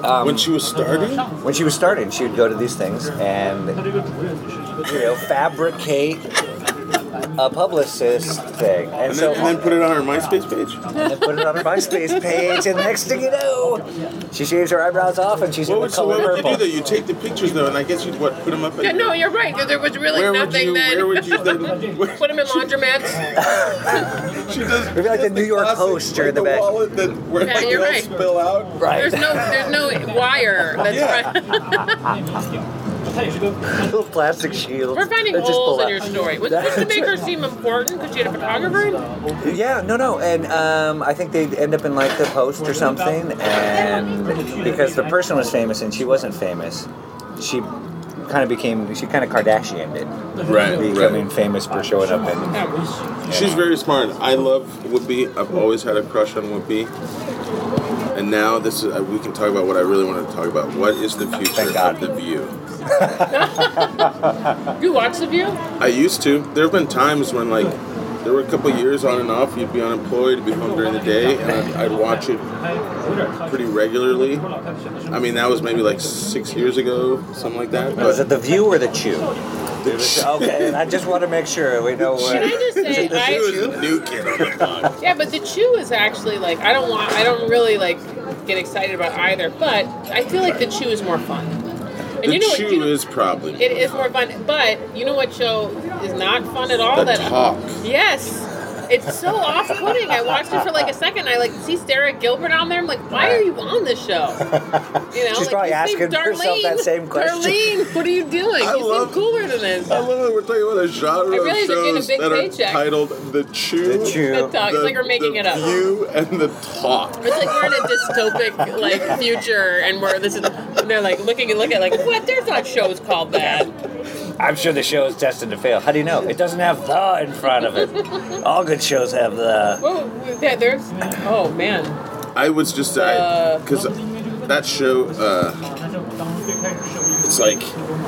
Speaker 10: Um, when she was starting? When she was starting, she would go to these things and you know, fabricate a publicist thing. And,
Speaker 11: then-
Speaker 10: so
Speaker 11: and then put it on her MySpace page.
Speaker 10: And then put it on her MySpace page, and next thing you know, she shaves her eyebrows off and she's in the
Speaker 11: So
Speaker 10: color
Speaker 11: what would you
Speaker 10: purple.
Speaker 11: do though? You take the pictures though, and I guess you'd what put them up.
Speaker 12: Yeah, no, you're right. There was really
Speaker 11: Where would
Speaker 12: nothing
Speaker 11: you-
Speaker 12: then.
Speaker 11: where would you
Speaker 12: Put them in laundromats.
Speaker 11: she does.
Speaker 10: It'd be like the New York Post during the, back.
Speaker 11: Wallet that, where
Speaker 12: Yeah,
Speaker 11: like,
Speaker 12: you're
Speaker 11: they all
Speaker 12: right.
Speaker 11: spill out.
Speaker 10: Right.
Speaker 12: There's no there's no wire. That's
Speaker 11: Yeah.
Speaker 12: right.
Speaker 10: Little plastic shield.
Speaker 12: We're finding holes in your story. Was this to make her seem important because she had a photographer?
Speaker 10: Yeah, no, no, and um, I think they'd end up in like the Post or something, and because the person was famous and she wasn't famous, she kind of became she kind of Kardashianed it,
Speaker 11: Right,
Speaker 10: Becoming famous for showing up in
Speaker 11: She's very smart. I love Whoopi. I've always had a crush on Whoopi. And now this is uh, we can talk about what I really wanted to talk about. What is the future of the View?
Speaker 12: You watch the view?
Speaker 11: I used to. There have been times when like there were a couple years on and off. You'd be unemployed, be home during the day, and I'd, I'd watch it pretty regularly. I mean, that was maybe like six years ago, something like that. But
Speaker 10: Was Oh, it the View or the Chew?
Speaker 11: The
Speaker 10: Okay, and I just want to make sure we know what.
Speaker 12: Should I just say
Speaker 10: The
Speaker 12: I-
Speaker 10: Chew?
Speaker 11: new kid on the block.
Speaker 12: Yeah, but the chew is actually like I don't want I don't really like get excited about either, but I feel like the chew is more fun. And
Speaker 11: The
Speaker 12: you know what
Speaker 11: chew
Speaker 12: you know-
Speaker 11: is probably
Speaker 12: it is more fun, but you know what show is not fun at all?
Speaker 11: The
Speaker 12: that
Speaker 11: talk.
Speaker 12: Yes. It's so off-putting. I watched it for like a second. I like see Sarah Gilbert on there. I'm like, why are you on this show? You know,
Speaker 10: She's
Speaker 12: like,
Speaker 10: probably
Speaker 12: you
Speaker 10: asking
Speaker 12: seem,
Speaker 10: herself
Speaker 12: Darlene,
Speaker 10: that same question.
Speaker 12: Darlene, what are you doing?
Speaker 11: I
Speaker 12: you
Speaker 11: love-
Speaker 12: seem cooler than this.
Speaker 11: I love it. We're talking about a genre
Speaker 12: I
Speaker 11: of
Speaker 12: realize they're getting a
Speaker 11: shows
Speaker 12: big
Speaker 11: that are
Speaker 12: paycheck.
Speaker 11: titled "The Chew,"
Speaker 10: The Chew.
Speaker 12: The Talk. It's like we're making
Speaker 11: The
Speaker 12: it up.
Speaker 11: View, and "The Talk."
Speaker 12: It's like we're in a dystopic like future, and we're this is and they're like looking and looking like what? There's not shows called that.
Speaker 10: I'm sure the show is destined to fail. How do you know? It doesn't have the in front of it. All good shows have the.
Speaker 12: Whoa, yeah, there's. Oh man.
Speaker 11: I was just
Speaker 12: Uh,
Speaker 11: because that show. Uh, it's like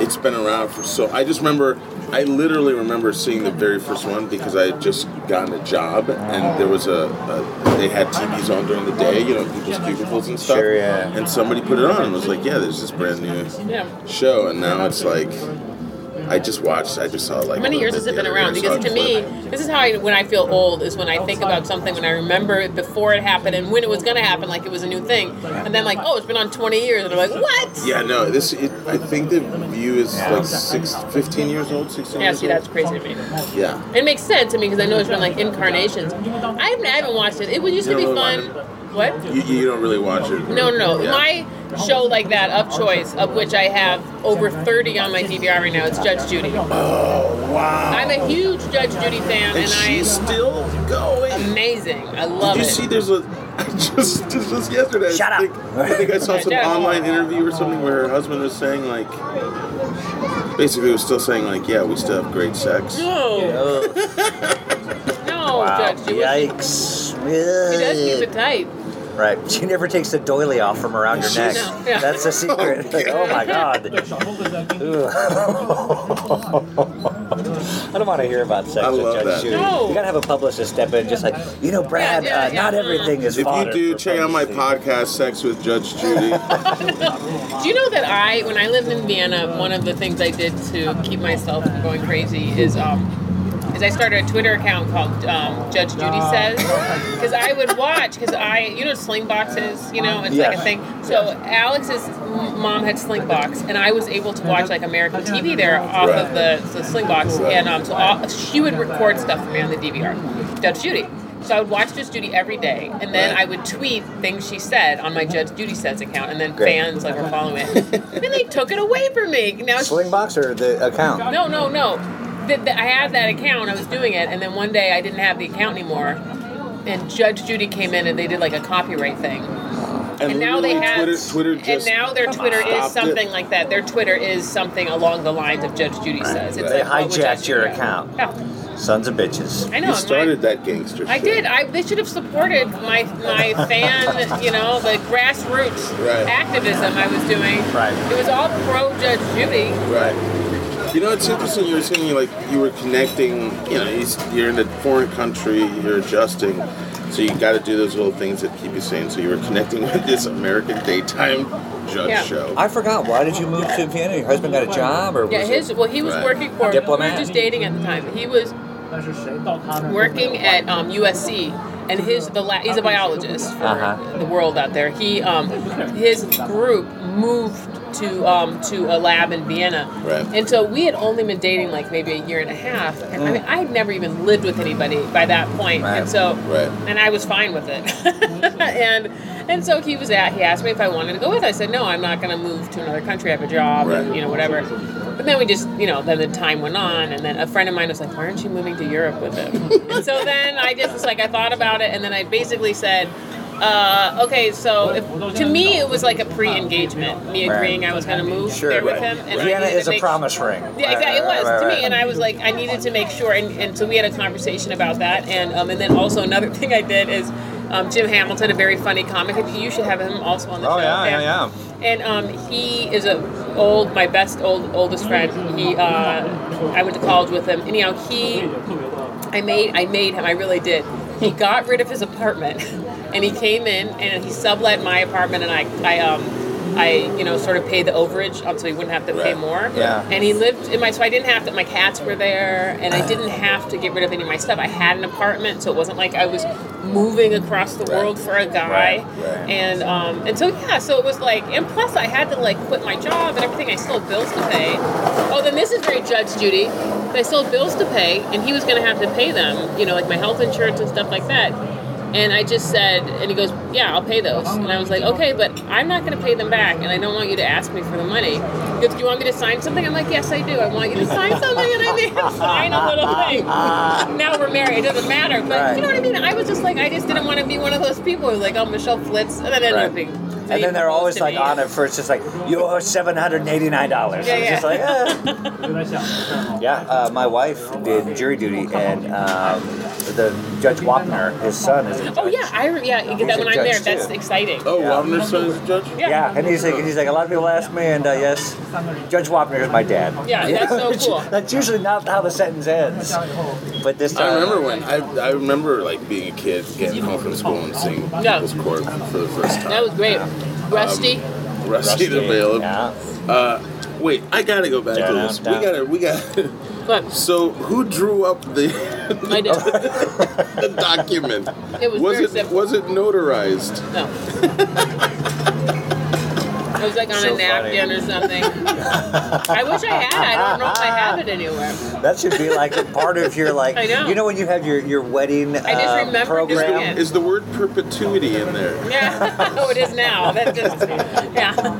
Speaker 11: it's been around for so. I just remember. I literally remember seeing the very first one because I had just gotten a job and there was a, a they had TVs on during the day, you know, people's cubicles and stuff. Sure, yeah. And somebody put it on and was like, "Yeah, there's this brand new
Speaker 12: Yeah.
Speaker 11: show," and now it's like. I just watched. I just saw like.
Speaker 12: How many
Speaker 11: a
Speaker 12: years has
Speaker 11: little
Speaker 12: it been
Speaker 11: bit
Speaker 12: around?
Speaker 11: the other
Speaker 12: Because
Speaker 11: day,
Speaker 12: to
Speaker 11: so I
Speaker 12: me, this is how I, when I feel old is when I think about something when I remember it before it happened and when it was gonna happen, like it was a new thing, and then like oh it's been on 20 years, and I'm like what?
Speaker 11: Yeah, no, this, it, I think the view is like six, 15 years old, 16
Speaker 12: Yeah,
Speaker 11: years
Speaker 12: see
Speaker 11: old.
Speaker 12: that's crazy to me.
Speaker 11: Yeah.
Speaker 12: It makes sense to me because I know it's been like incarnations. I haven't, I haven't watched it. It would used to
Speaker 11: You
Speaker 12: be
Speaker 11: don't
Speaker 12: fun.
Speaker 11: really
Speaker 12: What?
Speaker 11: You, you you don't really watch it.
Speaker 12: No, no, no.
Speaker 11: Yeah.
Speaker 12: My show like that of choice, of which I have over 30 on my DVR right now, it's Judge Judy.
Speaker 11: Oh, wow.
Speaker 12: I'm a huge Judge Judy fan, and,
Speaker 11: And she's
Speaker 12: I
Speaker 11: still going.
Speaker 12: Amazing. I love
Speaker 11: Did you
Speaker 12: it.
Speaker 11: see there's a, I just, just, just yesterday.
Speaker 12: Shut
Speaker 11: I
Speaker 12: up.
Speaker 11: think, I think I saw some
Speaker 12: Yeah.
Speaker 11: online interview or something where her husband was saying like, basically was still saying like, yeah, we still have great sex.
Speaker 12: No. No, Judge Judy.
Speaker 10: Yikes.
Speaker 12: She does keep it tight.
Speaker 10: Right. She never takes the doily off from around your neck.
Speaker 12: She's- Yeah.
Speaker 10: That's a secret. Like, oh my god. Ugh. I don't want to hear about sex
Speaker 11: I
Speaker 10: with
Speaker 11: love
Speaker 10: Judge
Speaker 11: that.
Speaker 10: Judy.
Speaker 11: No.
Speaker 10: You gotta have a publicist step in, and just like you know, Brad.
Speaker 11: Yeah, yeah,
Speaker 10: uh, not
Speaker 11: yeah.
Speaker 10: everything is.
Speaker 11: If you
Speaker 10: fodder
Speaker 11: do,
Speaker 10: for
Speaker 11: check out my podcast, Sex with Judge Judy.
Speaker 12: Do you know that I, when I lived in Vienna, one of the things I did to keep myself from going crazy is, um, is I started a Twitter account called um, Judge Judy Says because I would watch because I, you know, what sling boxes, you know, it's like
Speaker 10: Yes.
Speaker 12: a thing. So Alex's m- mom had sling box, and I was able to watch like American TV there off of the, the sling box, and um, so all, she would record stuff for me on the DVR, Judge Judy. So I would watch Judge Judy every day, and then I would tweet things she said on my Judge Judy Says account, and then
Speaker 10: Great.
Speaker 12: fans like were following it. and they took it away from me. Now it's
Speaker 10: Sling box or the account.
Speaker 12: no, no, no. The, the, I had that account. I was doing it, and then one day I didn't have the account anymore. And Judge Judy came in, and they did like a copyright thing.
Speaker 11: And,
Speaker 12: now they
Speaker 11: literally
Speaker 12: have.
Speaker 11: Twitter, Twitter just
Speaker 12: and now their Twitter
Speaker 11: stopped
Speaker 12: is
Speaker 11: it.
Speaker 12: something like that. Their Twitter is something along the lines of Judge Judy says. It's
Speaker 10: They
Speaker 12: like, what would Judge
Speaker 10: hijacked your
Speaker 12: Judy-
Speaker 10: account.
Speaker 12: Yeah.
Speaker 10: Sons of bitches.
Speaker 12: I know, You started
Speaker 11: that gangster
Speaker 12: I did. I they should have supported my my fan, you know, the grassroots
Speaker 11: Right.
Speaker 12: activism I was doing.
Speaker 11: Right.
Speaker 12: It was all pro Judge Judy.
Speaker 11: Right. You know, it's interesting. You were saying like you were connecting. You know, you s- you're in a foreign country. You're adjusting, so you got to do those little things that keep you sane. So you were connecting with this American daytime judge
Speaker 12: Yeah.
Speaker 11: show.
Speaker 10: I forgot. Why did you move to Vienna? Your husband got a job, or
Speaker 12: Yeah,
Speaker 10: was
Speaker 12: his
Speaker 10: It?
Speaker 12: well, he was
Speaker 10: Right.
Speaker 12: working for
Speaker 10: Diplomat.
Speaker 12: We were just dating at the time. He was working at um, USC, and his the la- he's a biologist for
Speaker 10: Uh-huh.
Speaker 12: the world out there. He um, his group moved to um, to a lab in Vienna,
Speaker 11: Right.
Speaker 12: and so we had only been dating like maybe a year and a half. And, I
Speaker 11: Mm.
Speaker 12: mean, I had never even lived with anybody by that point, and so
Speaker 11: Right.
Speaker 12: and I was fine with it. and and so he was at. He asked me if I wanted to go with. I said no, I'm not going to move to another country. I have a job, and,
Speaker 11: Right.
Speaker 12: you know whatever. But then we just you know then the time went on, and then a friend of mine was like, why aren't you moving to Europe with him? and so then I just was like I thought about it, and then I basically said. Uh, okay, so if, to me it was like a pre-engagement, me
Speaker 10: Right.
Speaker 12: agreeing I was going to move
Speaker 10: Sure.
Speaker 12: there with
Speaker 10: right.
Speaker 12: him. And I
Speaker 10: Vienna
Speaker 12: needed to
Speaker 10: is a
Speaker 12: make-
Speaker 10: promise ring.
Speaker 12: yeah, exactly. It
Speaker 10: Right,
Speaker 12: was
Speaker 10: right,
Speaker 12: to
Speaker 10: right,
Speaker 12: me, and I was like, I needed to make sure, and, and so we had a conversation about that, and um, and then also another thing I did is, um, Jim Hamilton, a very funny comic. You should have him also on the
Speaker 10: Oh
Speaker 12: show.
Speaker 10: yeah, yeah, yeah.
Speaker 12: And um, he is a old, my best old oldest friend. He, uh, I went to college with him. Anyhow, he, I made, I made him. I really did. He got rid of his apartment, and he came in and he sublet my apartment, and I, I, um, I, you know, sort of paid the overage um, so he wouldn't have to pay more.
Speaker 10: Yeah.
Speaker 12: And he lived in my, so I didn't have to. My cats were there, and I didn't have to get rid of any of my stuff. I had an apartment, so it wasn't like I was moving across the world for a guy.
Speaker 10: Right, right.
Speaker 12: And um, and so yeah, so it was like, and plus I had to like quit my job and everything. I still had bills to pay. Oh, then this is very Judge Judy. I still had bills to pay, and he was going to have to pay them. You know, like my health insurance and stuff like that. And I just said, and he goes, "Yeah, I'll pay those." And I was like, "Okay, but I'm not going to pay them back, and I don't want you to ask me for the money." He goes, "Do you want me to sign something?" I'm like, "Yes, I do. I want you to sign something," and I made him sign a little thing. Now we're married. It doesn't matter, but you know what I mean. I was just like, I just didn't want to be one of those people who's like, "Oh, Michelle flits," and then ended up
Speaker 10: Right.
Speaker 12: being.
Speaker 10: And then they're always like on it for it's just like you owe seven hundred and eighty nine dollars.
Speaker 12: Yeah,
Speaker 10: it's just
Speaker 12: yeah.
Speaker 10: like eh. yeah. Uh, my wife did jury duty, and um, the Judge Wapner, his son, is
Speaker 12: Oh yeah, I re- yeah. You get that
Speaker 10: He's a
Speaker 12: when I'm there.
Speaker 10: judge,
Speaker 12: That's
Speaker 10: too.
Speaker 12: exciting.
Speaker 11: Oh. is a judge.
Speaker 12: Yeah.
Speaker 10: Yeah, and he's like, he's like, a lot of people ask me, and uh, yes, Judge Wapner is my dad.
Speaker 12: Yeah, that's so cool.
Speaker 10: that's usually not how the sentence ends. But this
Speaker 12: Uh,
Speaker 10: time,
Speaker 11: I remember when I, I remember like being a kid getting home from school and seeing
Speaker 12: Yeah.
Speaker 11: People's Court for the first time.
Speaker 12: That was great. Rusty.
Speaker 11: Rusty, the
Speaker 10: Rusty,
Speaker 11: Bailiff. Uh, wait, I gotta go back to this. We
Speaker 10: Yeah.
Speaker 11: gotta, we gotta. So, who drew up the
Speaker 12: I did.
Speaker 11: the document?
Speaker 12: It was very
Speaker 11: it was it notarized?
Speaker 12: No. It was like on
Speaker 11: So
Speaker 12: a napkin
Speaker 11: funny.
Speaker 12: or something. I wish I had. I don't know if I have it anywhere.
Speaker 10: that should be like a part of your like.
Speaker 12: I know.
Speaker 10: You know when you have your your wedding
Speaker 12: I just
Speaker 10: uh,
Speaker 12: remembered doing
Speaker 10: program.
Speaker 12: it.
Speaker 11: Is the word perpetuity in there?
Speaker 12: Yeah. oh, it is now. That just yeah. Um, but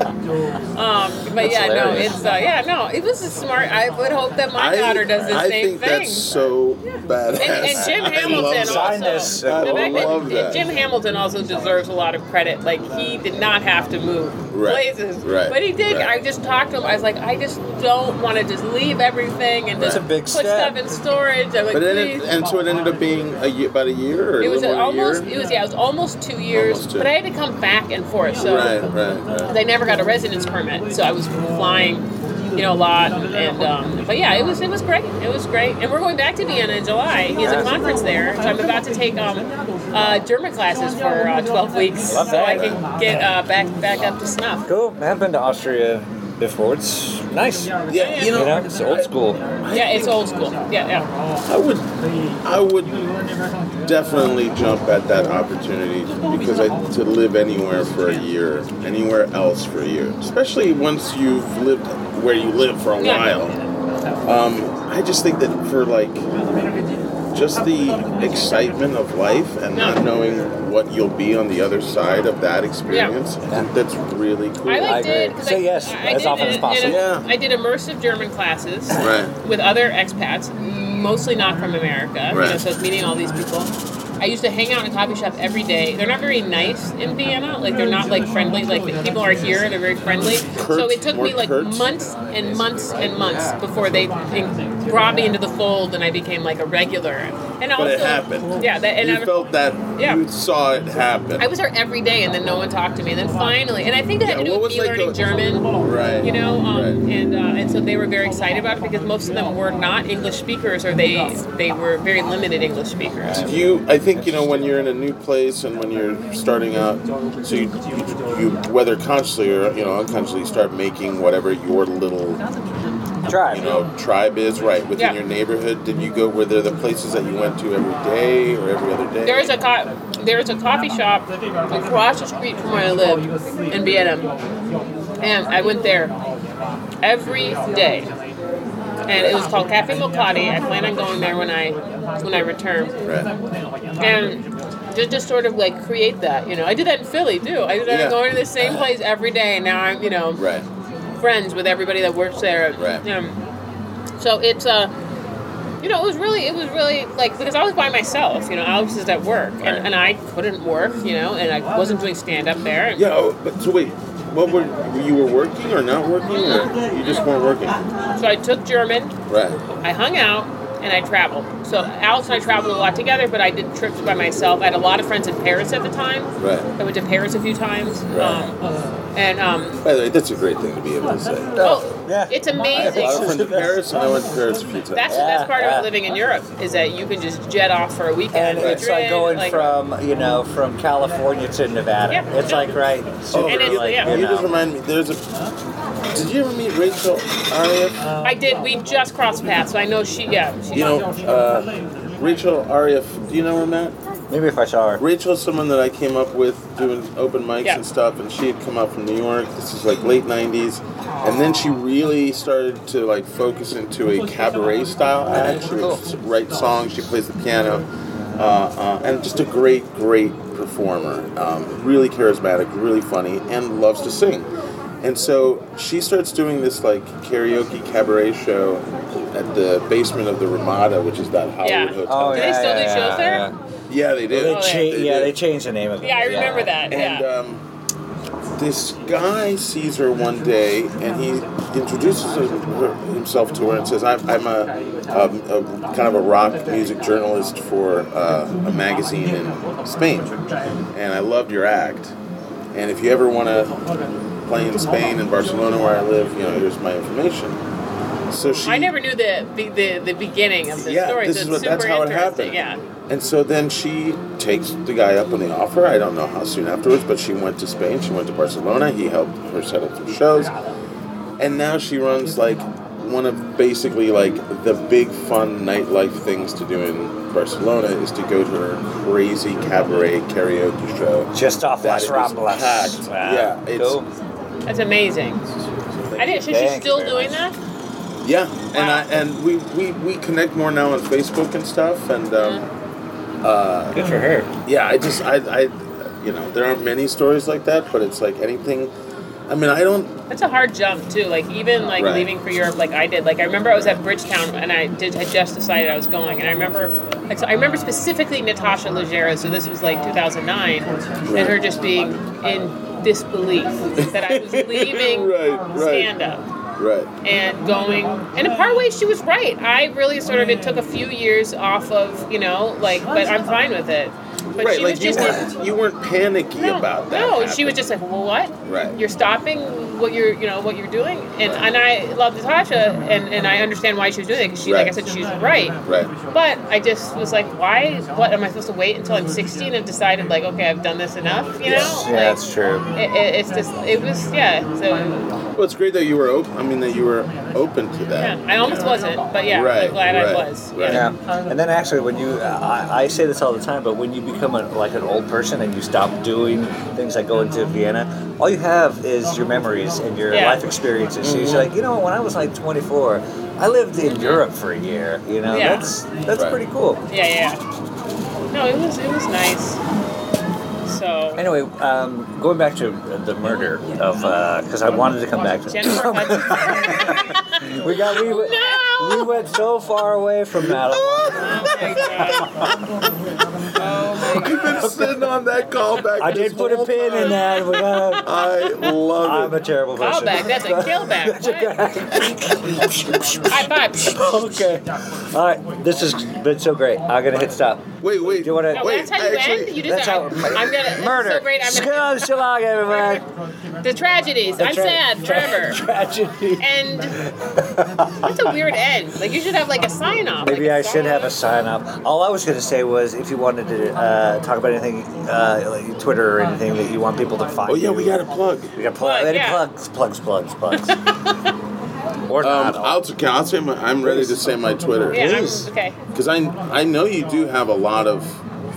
Speaker 11: That's
Speaker 12: yeah, no,
Speaker 11: hilarious.
Speaker 12: it's uh, yeah, no. It was a smart. I would hope that my
Speaker 11: I-
Speaker 12: daughter does the
Speaker 11: I
Speaker 12: same
Speaker 11: think
Speaker 12: thing.
Speaker 11: that's so badass.
Speaker 12: And, and Jim
Speaker 11: I
Speaker 12: Hamilton
Speaker 11: love
Speaker 12: also.
Speaker 11: that. I
Speaker 10: Uh,
Speaker 12: the fact that-
Speaker 11: love
Speaker 12: and
Speaker 11: that.
Speaker 12: Jim Hamilton also deserves a lot of credit. Like he did not have to move
Speaker 11: Right.
Speaker 12: places,
Speaker 11: Right.
Speaker 12: but he did.
Speaker 11: Right.
Speaker 12: I just talked to him. I was like, I just don't want to just leave everything and
Speaker 11: That's
Speaker 12: just
Speaker 11: a big
Speaker 12: put
Speaker 11: step.
Speaker 12: stuff in storage. I'm like,
Speaker 11: But then
Speaker 12: please.
Speaker 11: it, and so it ended up being a year, about a year or
Speaker 12: It was
Speaker 11: a little more than
Speaker 12: almost.
Speaker 11: a
Speaker 12: It
Speaker 11: year?
Speaker 12: was yeah. It was almost two years,
Speaker 11: Almost two.
Speaker 12: but I had to come back and forth. So
Speaker 11: right, right, right.
Speaker 12: because I never got a residence permit, so I was flying, you know, a lot. And um, but yeah, it was it was great. It was great. And we're going back to Vienna in July. He has a conference there, so I'm about to take um, uh, German classes for uh, 12 weeks,
Speaker 10: Love
Speaker 12: so I
Speaker 10: that.
Speaker 12: can get uh, back back up to snuff.
Speaker 10: Cool. I've been to Austria before. It's nice.
Speaker 11: Yeah, you know-
Speaker 10: it's old school.
Speaker 12: Yeah, it's old school. Yeah, yeah.
Speaker 11: I would, I would definitely jump at that opportunity because I to live anywhere for a year, anywhere else for a year, especially once you've lived where you live for a
Speaker 12: Yeah.
Speaker 11: while. Um, I just think that for like just the excitement of life and not knowing what you'll be on the other side of that experience, I think that's really cool.
Speaker 12: I like did because I, I I did it in a-
Speaker 11: Yeah.
Speaker 12: I did immersive German classes
Speaker 11: Right.
Speaker 12: with other expats, mostly not from America. You know,
Speaker 11: Right.
Speaker 12: so I was meeting all these people. I used to hang out in a coffee shop every day. They're not very nice in Vienna. Like they're not like friendly. Like the people are here. They're very friendly. so it took me like months and months and months before they in- brought me into the fold, and I became like a regular. And also,
Speaker 11: but it happened.
Speaker 12: Yeah, that, and
Speaker 11: you
Speaker 12: I,
Speaker 11: felt that.
Speaker 12: Yeah.
Speaker 11: You saw it happen.
Speaker 12: I was there every day, and then no one talked to me. And then finally, and I think that had to do with me learning German.
Speaker 11: Right.
Speaker 12: You know, um, and uh, and so they were very excited about it because most of them were not English speakers, or they they were very limited English speakers.
Speaker 11: Did you? I think you know when you're in a new place and when you're starting out, so you, you, you whether consciously or you know unconsciously, you start making whatever your little tribe, you know, tribe is right within
Speaker 12: Yeah.
Speaker 11: your neighborhood. Did you go? Were there the places that you went to every day or every other day?
Speaker 12: There's a co- there's a coffee shop across the street from where I live in Vienna, and I went there every day, and it was called Cafe Mocati. I plan on going there when I when I return, and just just sort of like create that. You know, I did that in Philly too. I did that
Speaker 11: Yeah. Uh-huh.
Speaker 12: going to the same place every day, and now I'm you know
Speaker 11: Right.
Speaker 12: friends with everybody that works there.
Speaker 11: Right.
Speaker 12: Um, so it's uh, you know, it was really, it was really like because I was by myself. You know, Alex is at work, and, and I couldn't work. You know, and I wasn't doing stand up there. And
Speaker 11: Yeah. Oh, but so wait, what were you were working or not working or you just weren't working?
Speaker 12: So I took German.
Speaker 11: Right.
Speaker 12: I hung out and I traveled. So Alex and I traveled a lot together, but I did trips by myself. I had a lot of friends in Paris at the time.
Speaker 11: Right.
Speaker 12: I went to Paris a few times. Um, and um,
Speaker 11: By the way, that's a great thing to be able to say.
Speaker 12: oh, it's
Speaker 11: I have a
Speaker 12: amazing.
Speaker 11: lot of friends in Paris, and I went to Paris a few times.
Speaker 12: That's the best part of living in Europe is that you can just jet off for a
Speaker 10: And
Speaker 12: weekend.
Speaker 10: it's like
Speaker 12: Madrid,
Speaker 10: going
Speaker 12: like-
Speaker 10: from you know from California to Nevada.
Speaker 12: Yeah.
Speaker 10: It's like right.
Speaker 11: Oh,
Speaker 10: super,
Speaker 11: and
Speaker 10: like,
Speaker 11: you, just remind me. There's a. Did you ever meet Rachel Aria?
Speaker 12: I did. We just crossed paths, so I know she. Yeah, she
Speaker 11: You know, uh, Rachel Aria. Do you know her, Matt?
Speaker 10: Maybe if I saw her.
Speaker 11: Rachel's someone that I came up with doing open mics
Speaker 12: Yeah.
Speaker 11: and stuff, and she had come out from New York. This is like late '90s, and then she really started to like focus into a cabaret style act. She would write songs. She plays the piano, uh, uh, and just a great, great performer. Um, really charismatic, really funny, and loves to sing. And so she starts doing this like karaoke cabaret show at the basement of the Ramada, which is that Hollywood
Speaker 12: Yeah.
Speaker 11: hotel.
Speaker 12: Oh, Do they yeah, still do yeah, shows there? yeah.
Speaker 11: Yeah, they do.
Speaker 10: They cha- yeah, they changed the name of it.
Speaker 12: Yeah, I remember that.
Speaker 11: And
Speaker 12: yeah.
Speaker 11: um, this guy sees her one day, and he introduces her- her- himself to her and says, "I'm, I'm a, um, a kind of a rock music journalist for uh, a magazine in Spain, and I loved your act. And if you ever want to play in Spain in Barcelona, where I live, you know, here's my information." So she
Speaker 12: I never knew the the, the, the beginning of the
Speaker 11: Yeah,
Speaker 12: story.
Speaker 11: this is
Speaker 12: so it's
Speaker 11: what-
Speaker 12: super
Speaker 11: that's how it
Speaker 12: interesting.
Speaker 11: happened.
Speaker 12: Yeah.
Speaker 11: And so then she takes the guy up on the offer. I don't know how soon afterwards, but she went to Spain. She went to Barcelona. He helped her set up some shows. And now she runs like one of basically like the big fun nightlife things to do in Barcelona is to go to her crazy cabaret karaoke show.
Speaker 10: Just off
Speaker 11: that
Speaker 10: Las
Speaker 11: it was
Speaker 10: Ramblas.
Speaker 11: packed.
Speaker 10: Wow.
Speaker 11: Yeah, it's,
Speaker 10: Cool.
Speaker 12: That's amazing. I didn't. So
Speaker 11: Thank
Speaker 12: she's
Speaker 11: you
Speaker 12: still
Speaker 11: very
Speaker 12: doing that.
Speaker 11: Yeah, and I and we, we we connect more now on Facebook and stuff, and um,
Speaker 12: Mm-hmm.
Speaker 11: uh,
Speaker 10: Good for her.
Speaker 11: Yeah, I just I, I you know there aren't many stories like that, but it's like anything. I mean, I don't.
Speaker 12: That's a hard jump too. Like even like
Speaker 11: Right.
Speaker 12: leaving for Europe, like I did. Like I remember I was at Bridgetown and I did. I just decided I was going, and I remember. Like, so I remember specifically Natasha Leggero. So this was like 2009, and her just being in disbelief that I was leaving stand up.
Speaker 11: Right.
Speaker 12: and going and in part way she was right i really sort of it took a few years off of you know like but i'm fine with it but
Speaker 11: right.
Speaker 12: she
Speaker 11: Like
Speaker 12: was
Speaker 11: you
Speaker 12: just
Speaker 11: weren't you weren't panicky about that.
Speaker 12: no she was just like well what
Speaker 11: Right.
Speaker 12: you're stopping what you're you know what you're doing and and i love natasha and and i understand why she was doing it because she like i
Speaker 11: Right.
Speaker 12: said she was right
Speaker 11: Right.
Speaker 12: but i just was like why what am i supposed to wait until i'm 16 and decided like okay i've done this enough you know
Speaker 11: yeah, that's true.
Speaker 12: it, it, it's just it was yeah so
Speaker 11: Well, it's great that you were open. I mean, that you were open to that.
Speaker 12: yeah i almost wasn't but yeah
Speaker 11: Right,
Speaker 12: i'm glad i
Speaker 11: right,
Speaker 12: was
Speaker 11: right.
Speaker 10: Yeah. And then actually, when you, I, I say this all the time, but when you become a, like an old person and you stop doing things like going to Vienna, all you have is your memories and your
Speaker 12: Yeah. Mm-hmm.
Speaker 10: life experiences. So you're like, you know, what, when I was like 24, I lived in Europe for a year. You know,
Speaker 12: Yeah.
Speaker 10: that's that's
Speaker 12: Right.
Speaker 10: pretty cool.
Speaker 12: Yeah, yeah. No, it was it was nice. So
Speaker 10: Anyway, um, going back to the murder of, because I wanted to come back to. Oh
Speaker 12: Jennifer Hudson.
Speaker 10: We got we went, we went so far away from that.
Speaker 12: Oh my god. Oh
Speaker 11: I've been sitting on that callback.
Speaker 10: I did put a pin in that. We're gonna,
Speaker 11: I love
Speaker 10: it. I'm a terrible person.
Speaker 12: Callback. That's a killback. High five.
Speaker 10: Okay. All right. This has been so great. I'm gonna hit stop.
Speaker 11: Wait, wait.
Speaker 10: Do you want to?
Speaker 12: No, that's how you end. You just
Speaker 10: that's how.
Speaker 12: I'm gonna
Speaker 10: murder.
Speaker 12: It's so great. I'm
Speaker 10: Shalom,
Speaker 12: gonna,
Speaker 10: shalom, everybody.
Speaker 12: the tragedies. I'm
Speaker 10: Tra-
Speaker 12: sad
Speaker 10: tra-
Speaker 12: forever.
Speaker 10: Tragedy.
Speaker 12: And that's a weird end. Like you should have like a sign off.
Speaker 10: Maybe I should have a sign up. All I was going to say was if you wanted to uh, talk about anything, uh, like Twitter or anything that you want people to find.
Speaker 11: Oh yeah,
Speaker 10: you.
Speaker 11: we got a plug.
Speaker 10: We got plug.
Speaker 11: yeah.
Speaker 10: Plugs, plugs, plugs, plugs.
Speaker 11: Um,
Speaker 10: or not.
Speaker 11: I'll, t- I'll say my, I'm ready to say my Twitter.
Speaker 12: Yeah, I'm- okay.
Speaker 11: Because I I know you do have a lot of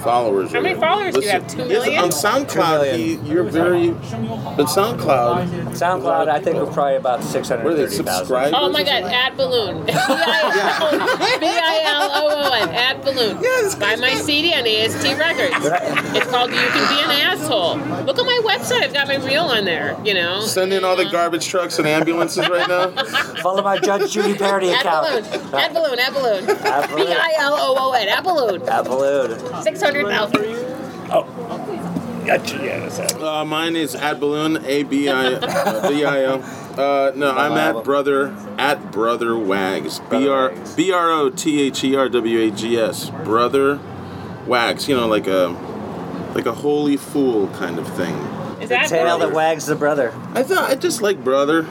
Speaker 11: followers.
Speaker 12: How many followers do you have? Two
Speaker 11: yes,
Speaker 12: million?
Speaker 11: On SoundCloud, he- you're very. But SoundCloud.
Speaker 10: SoundCloud, I think we're probably about six
Speaker 11: Where
Speaker 10: hundred
Speaker 11: they
Speaker 10: thirty
Speaker 11: subscribe?
Speaker 10: thousand.
Speaker 12: Oh my God! Add balloon. B i l o o n. Add balloon. Buy my CD on AST Records. it's called "You Can Be an Asshole." Look at my website. I've got my reel on there. You know.
Speaker 11: Send in all the garbage trucks and ambulances right now.
Speaker 10: Follow my Judge Judy Parody
Speaker 12: Add
Speaker 10: account.
Speaker 12: balloon. Add balloon. Add balloon.
Speaker 10: Add balloon.
Speaker 12: B i l o o n. Add balloon.
Speaker 10: Balloon.
Speaker 12: Six hundred thousand.
Speaker 10: Gotcha, yeah, that's it.
Speaker 11: Uh, mine is at balloon a b i uh, b i o. Uh, no, I'm at brother at brother wags b r b r o t h e r w a g s brother wags. You know, like a like a holy fool kind of thing.
Speaker 12: Is
Speaker 10: The
Speaker 12: that
Speaker 10: tail that
Speaker 11: brother?
Speaker 10: wags the brother.
Speaker 11: I thought I just like brother.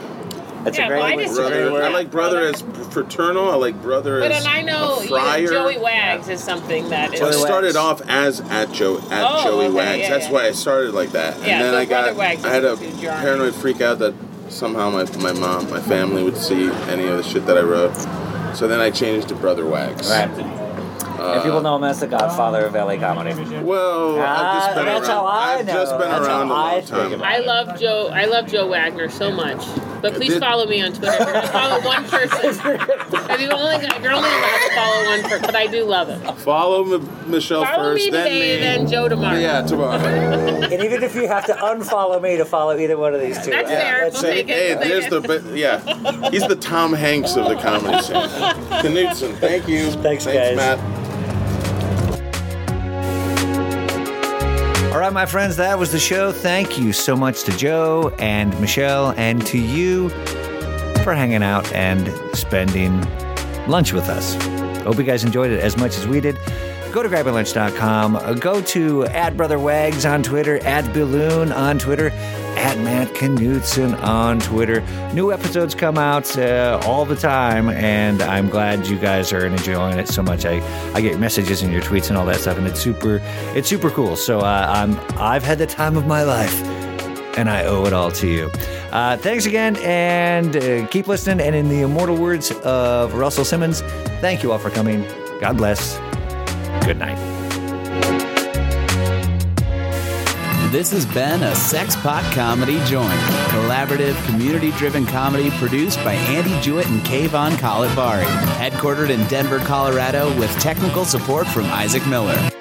Speaker 10: That's
Speaker 12: Yeah,
Speaker 10: a great
Speaker 12: well, I
Speaker 10: it's a
Speaker 12: disagree
Speaker 10: great
Speaker 11: Brother.
Speaker 10: word.
Speaker 11: I like brother as fraternal. I like brother
Speaker 12: But
Speaker 11: as
Speaker 12: and I know
Speaker 11: a
Speaker 12: you
Speaker 11: friar.
Speaker 12: know, Joey Wags is something that is.
Speaker 11: So I started off as at Joe at
Speaker 12: Oh,
Speaker 11: Joey
Speaker 12: okay,
Speaker 11: Wags.
Speaker 12: yeah,
Speaker 11: That's
Speaker 12: yeah.
Speaker 11: why I started like that. And
Speaker 12: Yeah,
Speaker 11: then
Speaker 12: so
Speaker 11: I got
Speaker 12: Brother Wags
Speaker 11: I had a
Speaker 12: is too jarring.
Speaker 11: paranoid freak out that somehow my, my mom, my family would see any of the shit that I wrote. So then I changed to Brother Wags.
Speaker 10: Right. and people
Speaker 11: Uh,
Speaker 10: know him as the godfather of LA comedy.
Speaker 11: well, I've
Speaker 10: Ah,
Speaker 11: just been
Speaker 10: that's
Speaker 11: around.
Speaker 10: how I
Speaker 11: have
Speaker 10: know.
Speaker 11: just been
Speaker 10: That's how
Speaker 11: around a
Speaker 10: I
Speaker 11: long
Speaker 10: think
Speaker 11: time.
Speaker 12: I love Joe. I love Joe Wagner so much. But please
Speaker 11: did-
Speaker 12: follow me on Twitter. If you're gonna follow one person, if you're only gonna, you're only allowed to follow one person. But I do love it.
Speaker 11: Follow M- Michelle
Speaker 12: Follow
Speaker 11: first,
Speaker 12: me
Speaker 11: then
Speaker 12: today,
Speaker 11: me.
Speaker 12: then Joe tomorrow.
Speaker 11: Yeah, tomorrow.
Speaker 10: and even if you have to unfollow me to follow either one of these two,
Speaker 12: That's
Speaker 10: uh,
Speaker 12: fair.
Speaker 10: that's
Speaker 12: We'll
Speaker 10: it.
Speaker 11: Hey,
Speaker 12: take it. We'll
Speaker 11: there's
Speaker 12: take
Speaker 11: the
Speaker 12: it.
Speaker 11: but yeah, he's the Tom Hanks of the comedy scene. Knudsen, thank you.
Speaker 10: Thanks, guys.
Speaker 11: Matt.
Speaker 10: All right, my friends, that was the show. Thank you so much to Joe and Michelle and to you for hanging out and spending lunch with us. Hope you guys enjoyed it as much as we did. Go to grabbinglunch.com. uh, Go to at Brother Wags on Twitter, at Balloon on Twitter, at Matt Knudsen on Twitter. New episodes come out uh, all the time, and I'm glad you guys are enjoying it so much. I, I get your messages and your tweets and all that stuff, and it's super it's super cool. So uh, I'm I've had the time of my life and I owe it all to you. Uh, thanks again, and uh, keep listening. And in the immortal words of Russell Simmons, thank you all for coming. God bless. Good night.
Speaker 1: This has been a Sexpot Comedy Joint, collaborative, community driven comedy produced by Andy Jewett and Kayvon Kalibari, headquartered in Denver, Colorado, with technical support from Isaac Miller.